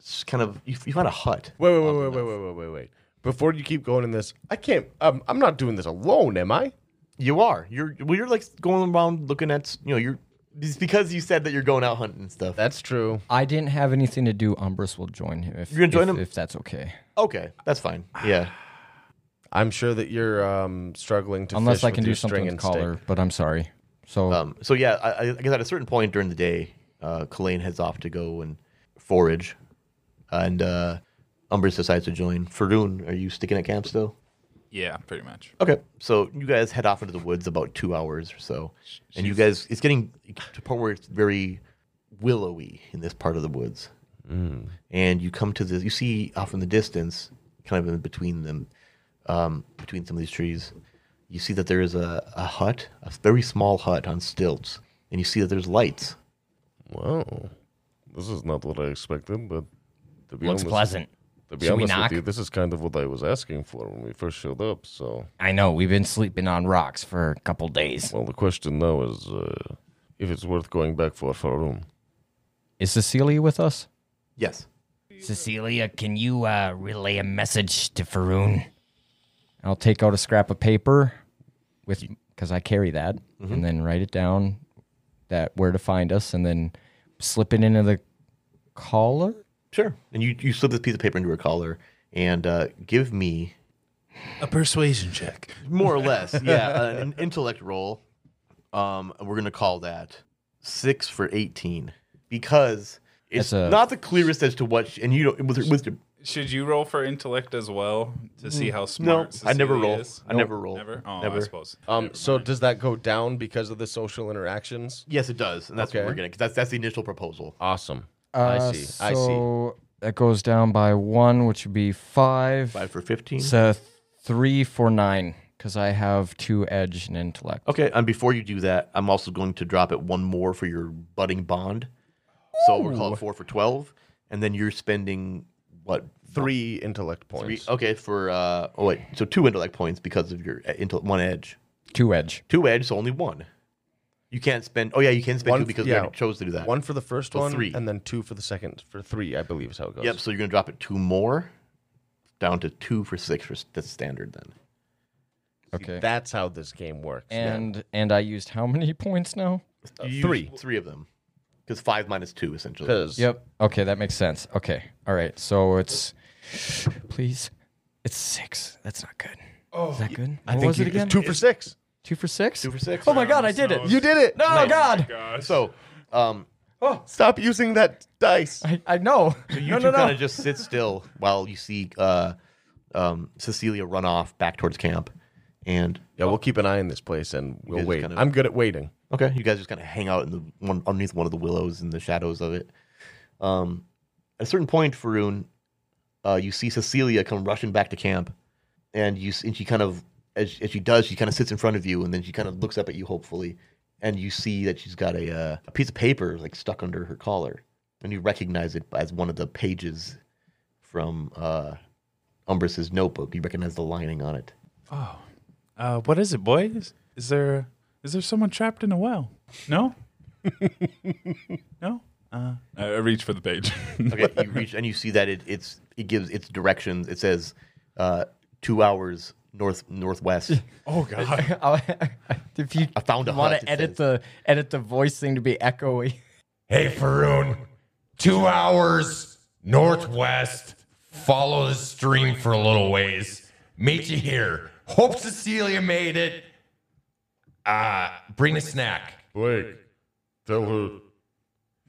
B: s- Kind of, you, you find a hut.
E: Wait, wait, wait, wait, wait, wait, wait, wait, wait. Before you keep going in this, I can't. Um, I'm not doing this alone, am I?
B: You are. You're. Well, you're like going around looking at. s- You know, you're. It's because you said that you're going out hunting and stuff.
E: That's true.
F: I didn't have anything to do. Umbrus will join him if
B: You're gonna join
F: if-
B: him?
F: if that's okay.
B: okay, that's fine. Yeah.
E: I'm sure that you're um struggling to
F: Unless
E: fish
F: I
E: with
F: can do
E: your string
F: something with
E: and
F: collar,
E: stick.
F: but I'm sorry. So
B: Um, so yeah, I, I I guess at a certain point during the day, uh, Colleen heads off to go and forage, and uh, Umbris decides to join. Faroon, are you sticking at camp still?
C: Yeah, pretty much.
B: Okay, so you guys head off into the woods about two hours or so, and you guys it's getting to a point where it's very willowy in this part of the woods, and you come to this. You see off in the distance, kind of in between them, um, between some of these trees, you see that there is a, a hut, a very small hut on stilts, and you see that there's lights.
D: Wow. This is not what I expected, but to be
A: Looks
D: honest,
A: pleasant.
D: to be
A: Should we
D: honest
A: knock?
D: with you, this is kind of what I was asking for when we first showed up. So,
A: I know we've been sleeping on rocks for a couple days.
D: well, the question now is uh, if it's worth going back for for a room.
F: is Cecilia with us?
B: Yes.
A: Cecilia, can you uh, relay a message to Faroon?
F: I'll take out a scrap of paper with because I carry that, and then write it down that where to find us, and then slip it into the collar.
B: Sure. And you, you slip this piece of paper into her collar and uh, give me
C: A persuasion check.
B: more or less, yeah, uh, an, intellect roll. Um, we're gonna call that six for eighteen because it's
F: That's a-
B: not the clearest as to what. She, and you don't with with your,
C: Should you roll for intellect as well to see how
B: no,
C: smart?
B: I never
C: Cecilia
B: roll.
C: is?
B: I never roll.
C: Never. Oh, I
B: Never.
C: suppose.
E: Um, so does that go down because of the social interactions?
B: Yes, it does, and that's what
E: Okay.
B: we're getting. 'cause that's that's the initial proposal.
E: Awesome.
F: Uh,
E: I see. I see.
F: So that goes down by one, which would be five.
B: Five for fifteen.
F: So three for nine, because I have two edge and intellect.
B: Okay, and before you do that, I'm also going to drop it one more for your budding bond. So we're calling four for twelve, and then you're spending what
E: Three intellect
B: three?
E: points.
B: Okay, for uh, oh wait, so two intellect points because of your uh, intel one edge.
F: Two edge.
B: Two edge, so only one. You can't spend. Oh yeah, you can spend two because we already chose to do that.
E: One for the first
B: So
E: one,
B: three.
E: and then two for the second. For three, I believe is how it goes.
B: Yep. So you're gonna drop it two more, down to two for six for s- that's standard then.
F: Okay.
E: That's how this game works.
F: and and I used how many points now?
B: You
J: three.
B: used Three of them. Because five minus two, essentially.
D: Because
F: Yep. Okay, that makes sense. Okay. All right. So it's please. It's six. That's not good. Oh, is that good? What was it again?
D: Two for six.
F: Two for six.
B: Two for six.
F: Oh my god, I did it.
D: You did it.
F: No, God.
C: Gosh.
B: So, um,
D: Stop using that dice.
F: I, I know.
B: so you
F: no,
B: two
F: no,
B: kind
F: no.
B: of just sit still while you see uh, um, Cecilia run off back towards camp. And
D: Yeah, we'll keep an eye on this place and we'll
B: guys
D: wait.
B: kinda-
D: I'm good at waiting.
B: Okay, you guys just kind of hang out in the one underneath one of the willows in the shadows of it. Um, at a certain point, Faroon, uh, you see Cecilia come rushing back to camp, and you s- and she kind of as, as she does, she kind of sits in front of you, and then she kind of looks up at you hopefully, and you see that she's got a uh, a piece of paper like stuck under her collar, and you recognize it as one of the pages from uh, Umbrus's notebook. You recognize the lining on it.
C: uh, what is it, boys? Is there is there someone trapped in a well? No. no. Uh, I I reach for the page.
B: Okay, you reach and you see that it, it's it gives its directions. It says uh, two hours north northwest.
C: oh God.
F: I'll- if you
B: I found a
F: want
B: hut, it
F: to edit
B: says.
F: the edit the voice thing to be echoey.
K: Hey, Faroon, two hours northwest. Follow the stream for a little ways. Meet you here. Hope Cecilia made it. Uh, bring a snack.
J: Blake, tell her,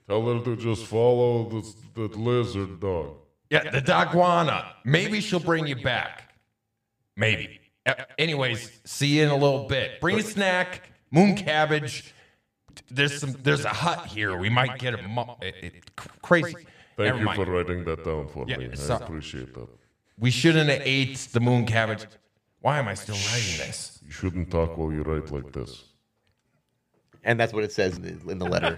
J: tell her to just follow the the lizard dog.
K: Yeah, the Daguana. Maybe she'll bring you back. Maybe. Uh, Anyways, see you in a little bit. Bring a snack, moon cabbage. There's some. There's a hut here. We might get a mu- it, it- crazy.
J: Thank
K: Never
J: you
K: mind.
J: for writing that down for
K: Yeah,
J: me.
K: so-
J: I appreciate that.
K: We shouldn't have ate the moon cabbage. Why am I still writing this?
J: You shouldn't talk while you write like this.
B: and that's what it says in the, in the letter.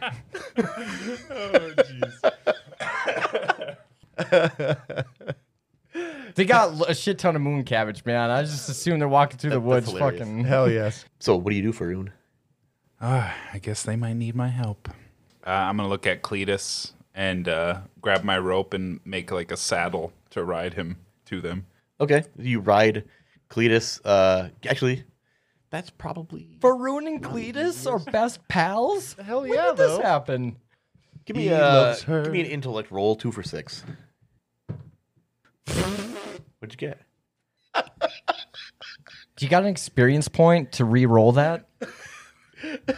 F: They got l- a shit ton of moon cabbage, man. I just assume they're walking through the woods,
B: hilarious.
F: fucking.
D: Hell yes.
B: so what do you do, Faroon?
C: Ah, I guess they might need my help. Uh, I'm gonna look at Cletus and uh, grab my rope and make like a saddle to ride him to them.
B: Okay, you ride Cletus. Uh, actually, that's probably
F: Varun and Cletus are best pals. Hell yeah! When did this happen?
B: give me a give me an intellect roll two for six. What'd you get?
F: Do you got an experience point to re-roll that?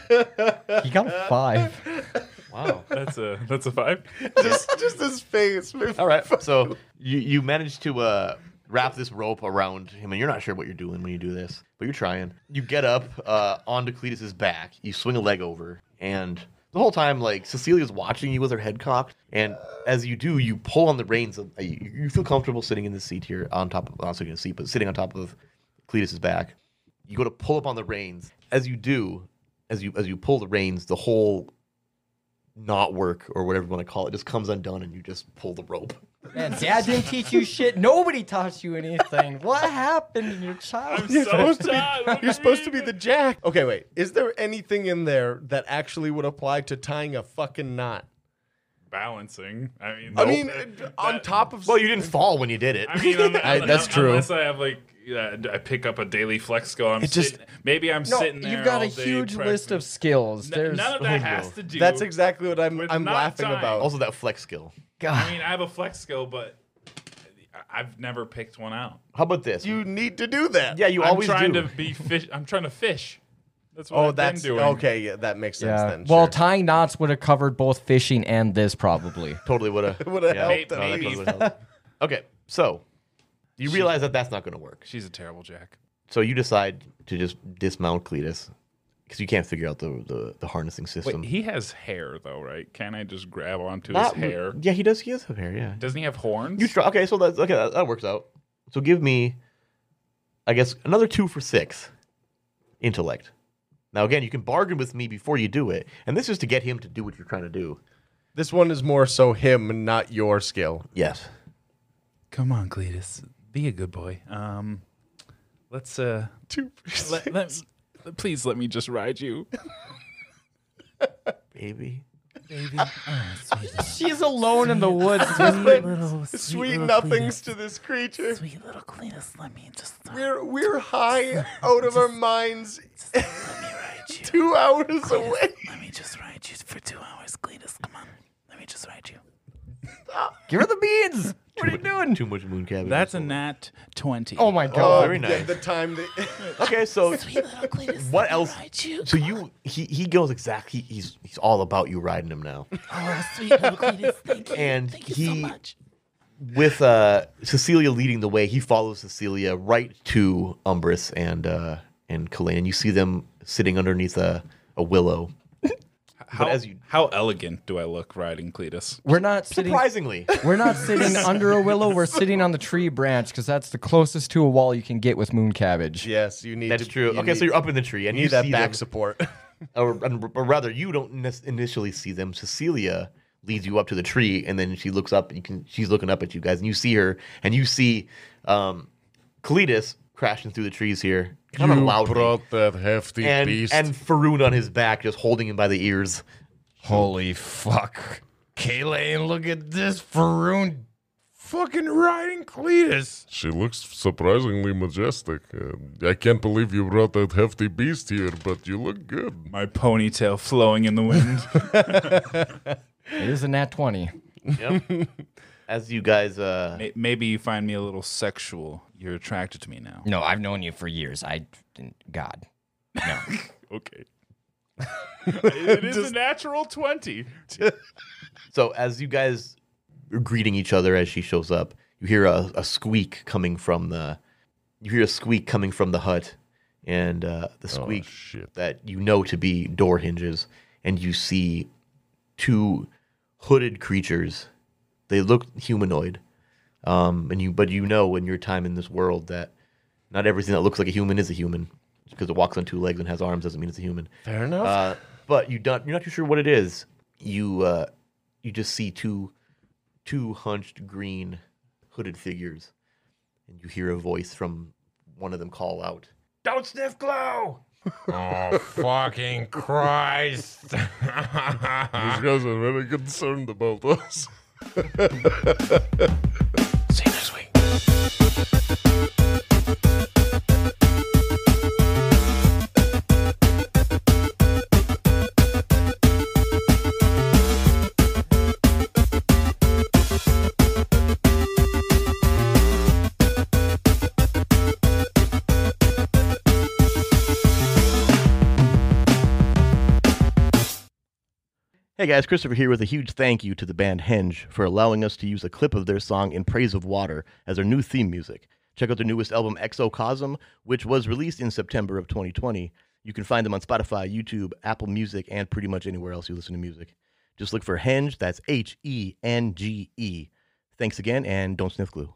F: you got a five.
B: Wow.
C: That's a that's a five.
D: Just his face.
B: All right. So you you manage to uh, wrap this rope around him, and you're not sure what you're doing when you do this, but you're trying. You get up uh, onto Cletus's back. You swing a leg over, and the whole time, like Cecilia's watching you with her head cocked. And as you do, you pull on the reins. Of, uh, you, you feel comfortable sitting in the seat here, on top of not sitting in the seat, but sitting on top of Cletus's back. You go to pull up on the reins. As you do, as you as you pull the reins, the whole not work or whatever you want to call it just comes undone and you just pull the rope
F: Man, Dad didn't teach you shit. Nobody taught you anything. What happened in your childhood?
D: You're supposed to be the jack. Okay, wait. Is there anything in there that actually would apply to tying a fucking knot?
C: Balancing. I mean,
D: I mean, on top of
B: Well, you didn't fall when you did it.
C: I mean, un-
D: I-
C: un-
D: that's true.
C: Unless I have like, uh, I pick up a daily flex go. I'm
D: It just-
C: sitting- maybe I'm
F: No,
C: sitting there.
F: you've got a
C: all day
F: huge list of
C: practicing.
F: skills.
C: N-
F: There's
C: none of that has to do.
D: that's exactly what I'm
C: With
D: I'm
C: knot
D: laughing
C: tying.
D: about.
B: also, that flex skill.
F: God.
C: I mean, I have a flex skill, but I- I've never picked one out.
B: How about this?
D: you need to do that.
B: yeah, you
C: I'm
B: always
C: trying
B: do.
C: to be fish. I'm trying to fish. That's what
D: Oh,
C: I've
D: that's
C: been doing.
D: okay. Yeah, that makes sense
F: Yeah.
D: then.
F: Well,
D: sure.
F: tying knots would have covered both fishing and this probably.
B: Totally would have.
D: Would have
C: May-
D: helped. though.
C: Maybe,
B: Okay, so you realize that that's not going to work.
C: she's a terrible jack.
B: So you decide to just dismount Cletus because you can't figure out the, the, the harnessing
C: Wait,
B: system.
C: he has hair though, right? Can I just grab onto
B: Not-
C: his hair?
B: Yeah, he does. He does have hair. Yeah.
C: Doesn't he have horns?
B: You try. Okay, so that's okay. That, that works out. So give me, I guess, another two for six, intellect. Now again, you can bargain with me before you do it, and this is to get him to do what you're trying to do.
D: This one is more so him and not your skill.
B: Yes.
C: Come on, Cletus, be a good boy. Um, let's uh, two. Let, let, please let me just ride you.
B: Baby.
F: She's alone in the woods.
D: Sweet nothings to this creature.
L: Sweet little Cletus, let me just
D: We're we're high out of our minds. Two hours away.
L: let me just
I: for two hours, Cletus. Come on. Let me just ride you.
A: Give her the beans. What are you doing?
B: Too much moon cabbage.
C: That's a nat 20.
A: Oh my god.
B: very nice.
E: The time that
B: okay, so
I: Sweet little Cletus.
B: what
I: let me
B: else?
I: Ride you.
B: So you he he goes exactly. He's he's all about you riding him now.
I: Oh, sweet little Cletus. Thank you.
B: And
I: Thank you
B: he-
I: so much.
B: With uh Cecilia leading the way, he follows Cecilia right to Umbris and uh and Kalane, and you see them sitting underneath a a willow.
H: How,
B: as you-
H: how elegant do I look riding Cletus?
F: We're not sitting.
B: Surprisingly,
F: We're not sitting under a willow. We're sitting on the tree branch because that's the closest to a wall you can get with moon cabbage.
E: yes, you need.
B: that's
E: to,
B: true.
E: you
B: Okay,
E: need-
B: so you're up in the tree, and
E: you
B: you
E: need that
B: see
E: back
B: them-
E: support.
B: or, and- or rather, you don't nes- initially see them. Cecilia leads you up to the tree, and then she looks up. You can she's looking up at you guys, and you see her, and you see um, Cletus crashing through the trees here, kind of
D: you
B: loudly,
D: brought that hefty
B: and
D: beast.
B: and Faroon on his back, just holding him by the ears.
K: Holy fuck. Kaylane, look at this Faroon fucking riding Cletus.
D: she looks surprisingly majestic. Uh, I can't believe you brought that hefty beast here, but you look good.
H: My ponytail flowing in the wind.
F: It is a nat twenty.
B: As you guys, uh,
H: May- Maybe you find me a little sexual. You're attracted to me now.
A: No, I've known you for years. I didn't- God.
H: Okay. it is a natural 20.
B: so as you guys are greeting each other as she shows up, you hear a, a squeak coming from the, you hear a squeak coming from the hut, and uh, the squeak
D: shit.
B: that you know to be door hinges, and you see two hooded creatures. They look humanoid, um, and you but you know in your time in this world that not everything that looks like a human is a human. Just because it walks on two legs and has arms doesn't mean it's a human. Fair enough. Uh, but you don't, you're not too sure what it is. You uh, you just see two two hunched green hooded figures, and you hear a voice from one of them call out.
K: Don't sniff glow. Oh, fucking Christ.
D: These guys are very concerned about us.
I: See you next week.
B: Hey guys, Christopher here with a huge thank you to the band Henge for allowing us to use a clip of their song In Praise of Water as our new theme music. Check out their newest album, Exocosm, which was released in September of 2020. You can find them on Spotify, YouTube, Apple Music, and pretty much anywhere else you listen to music. Just look for Henge, that's H E N G E. Thanks again, and don't sniff glue.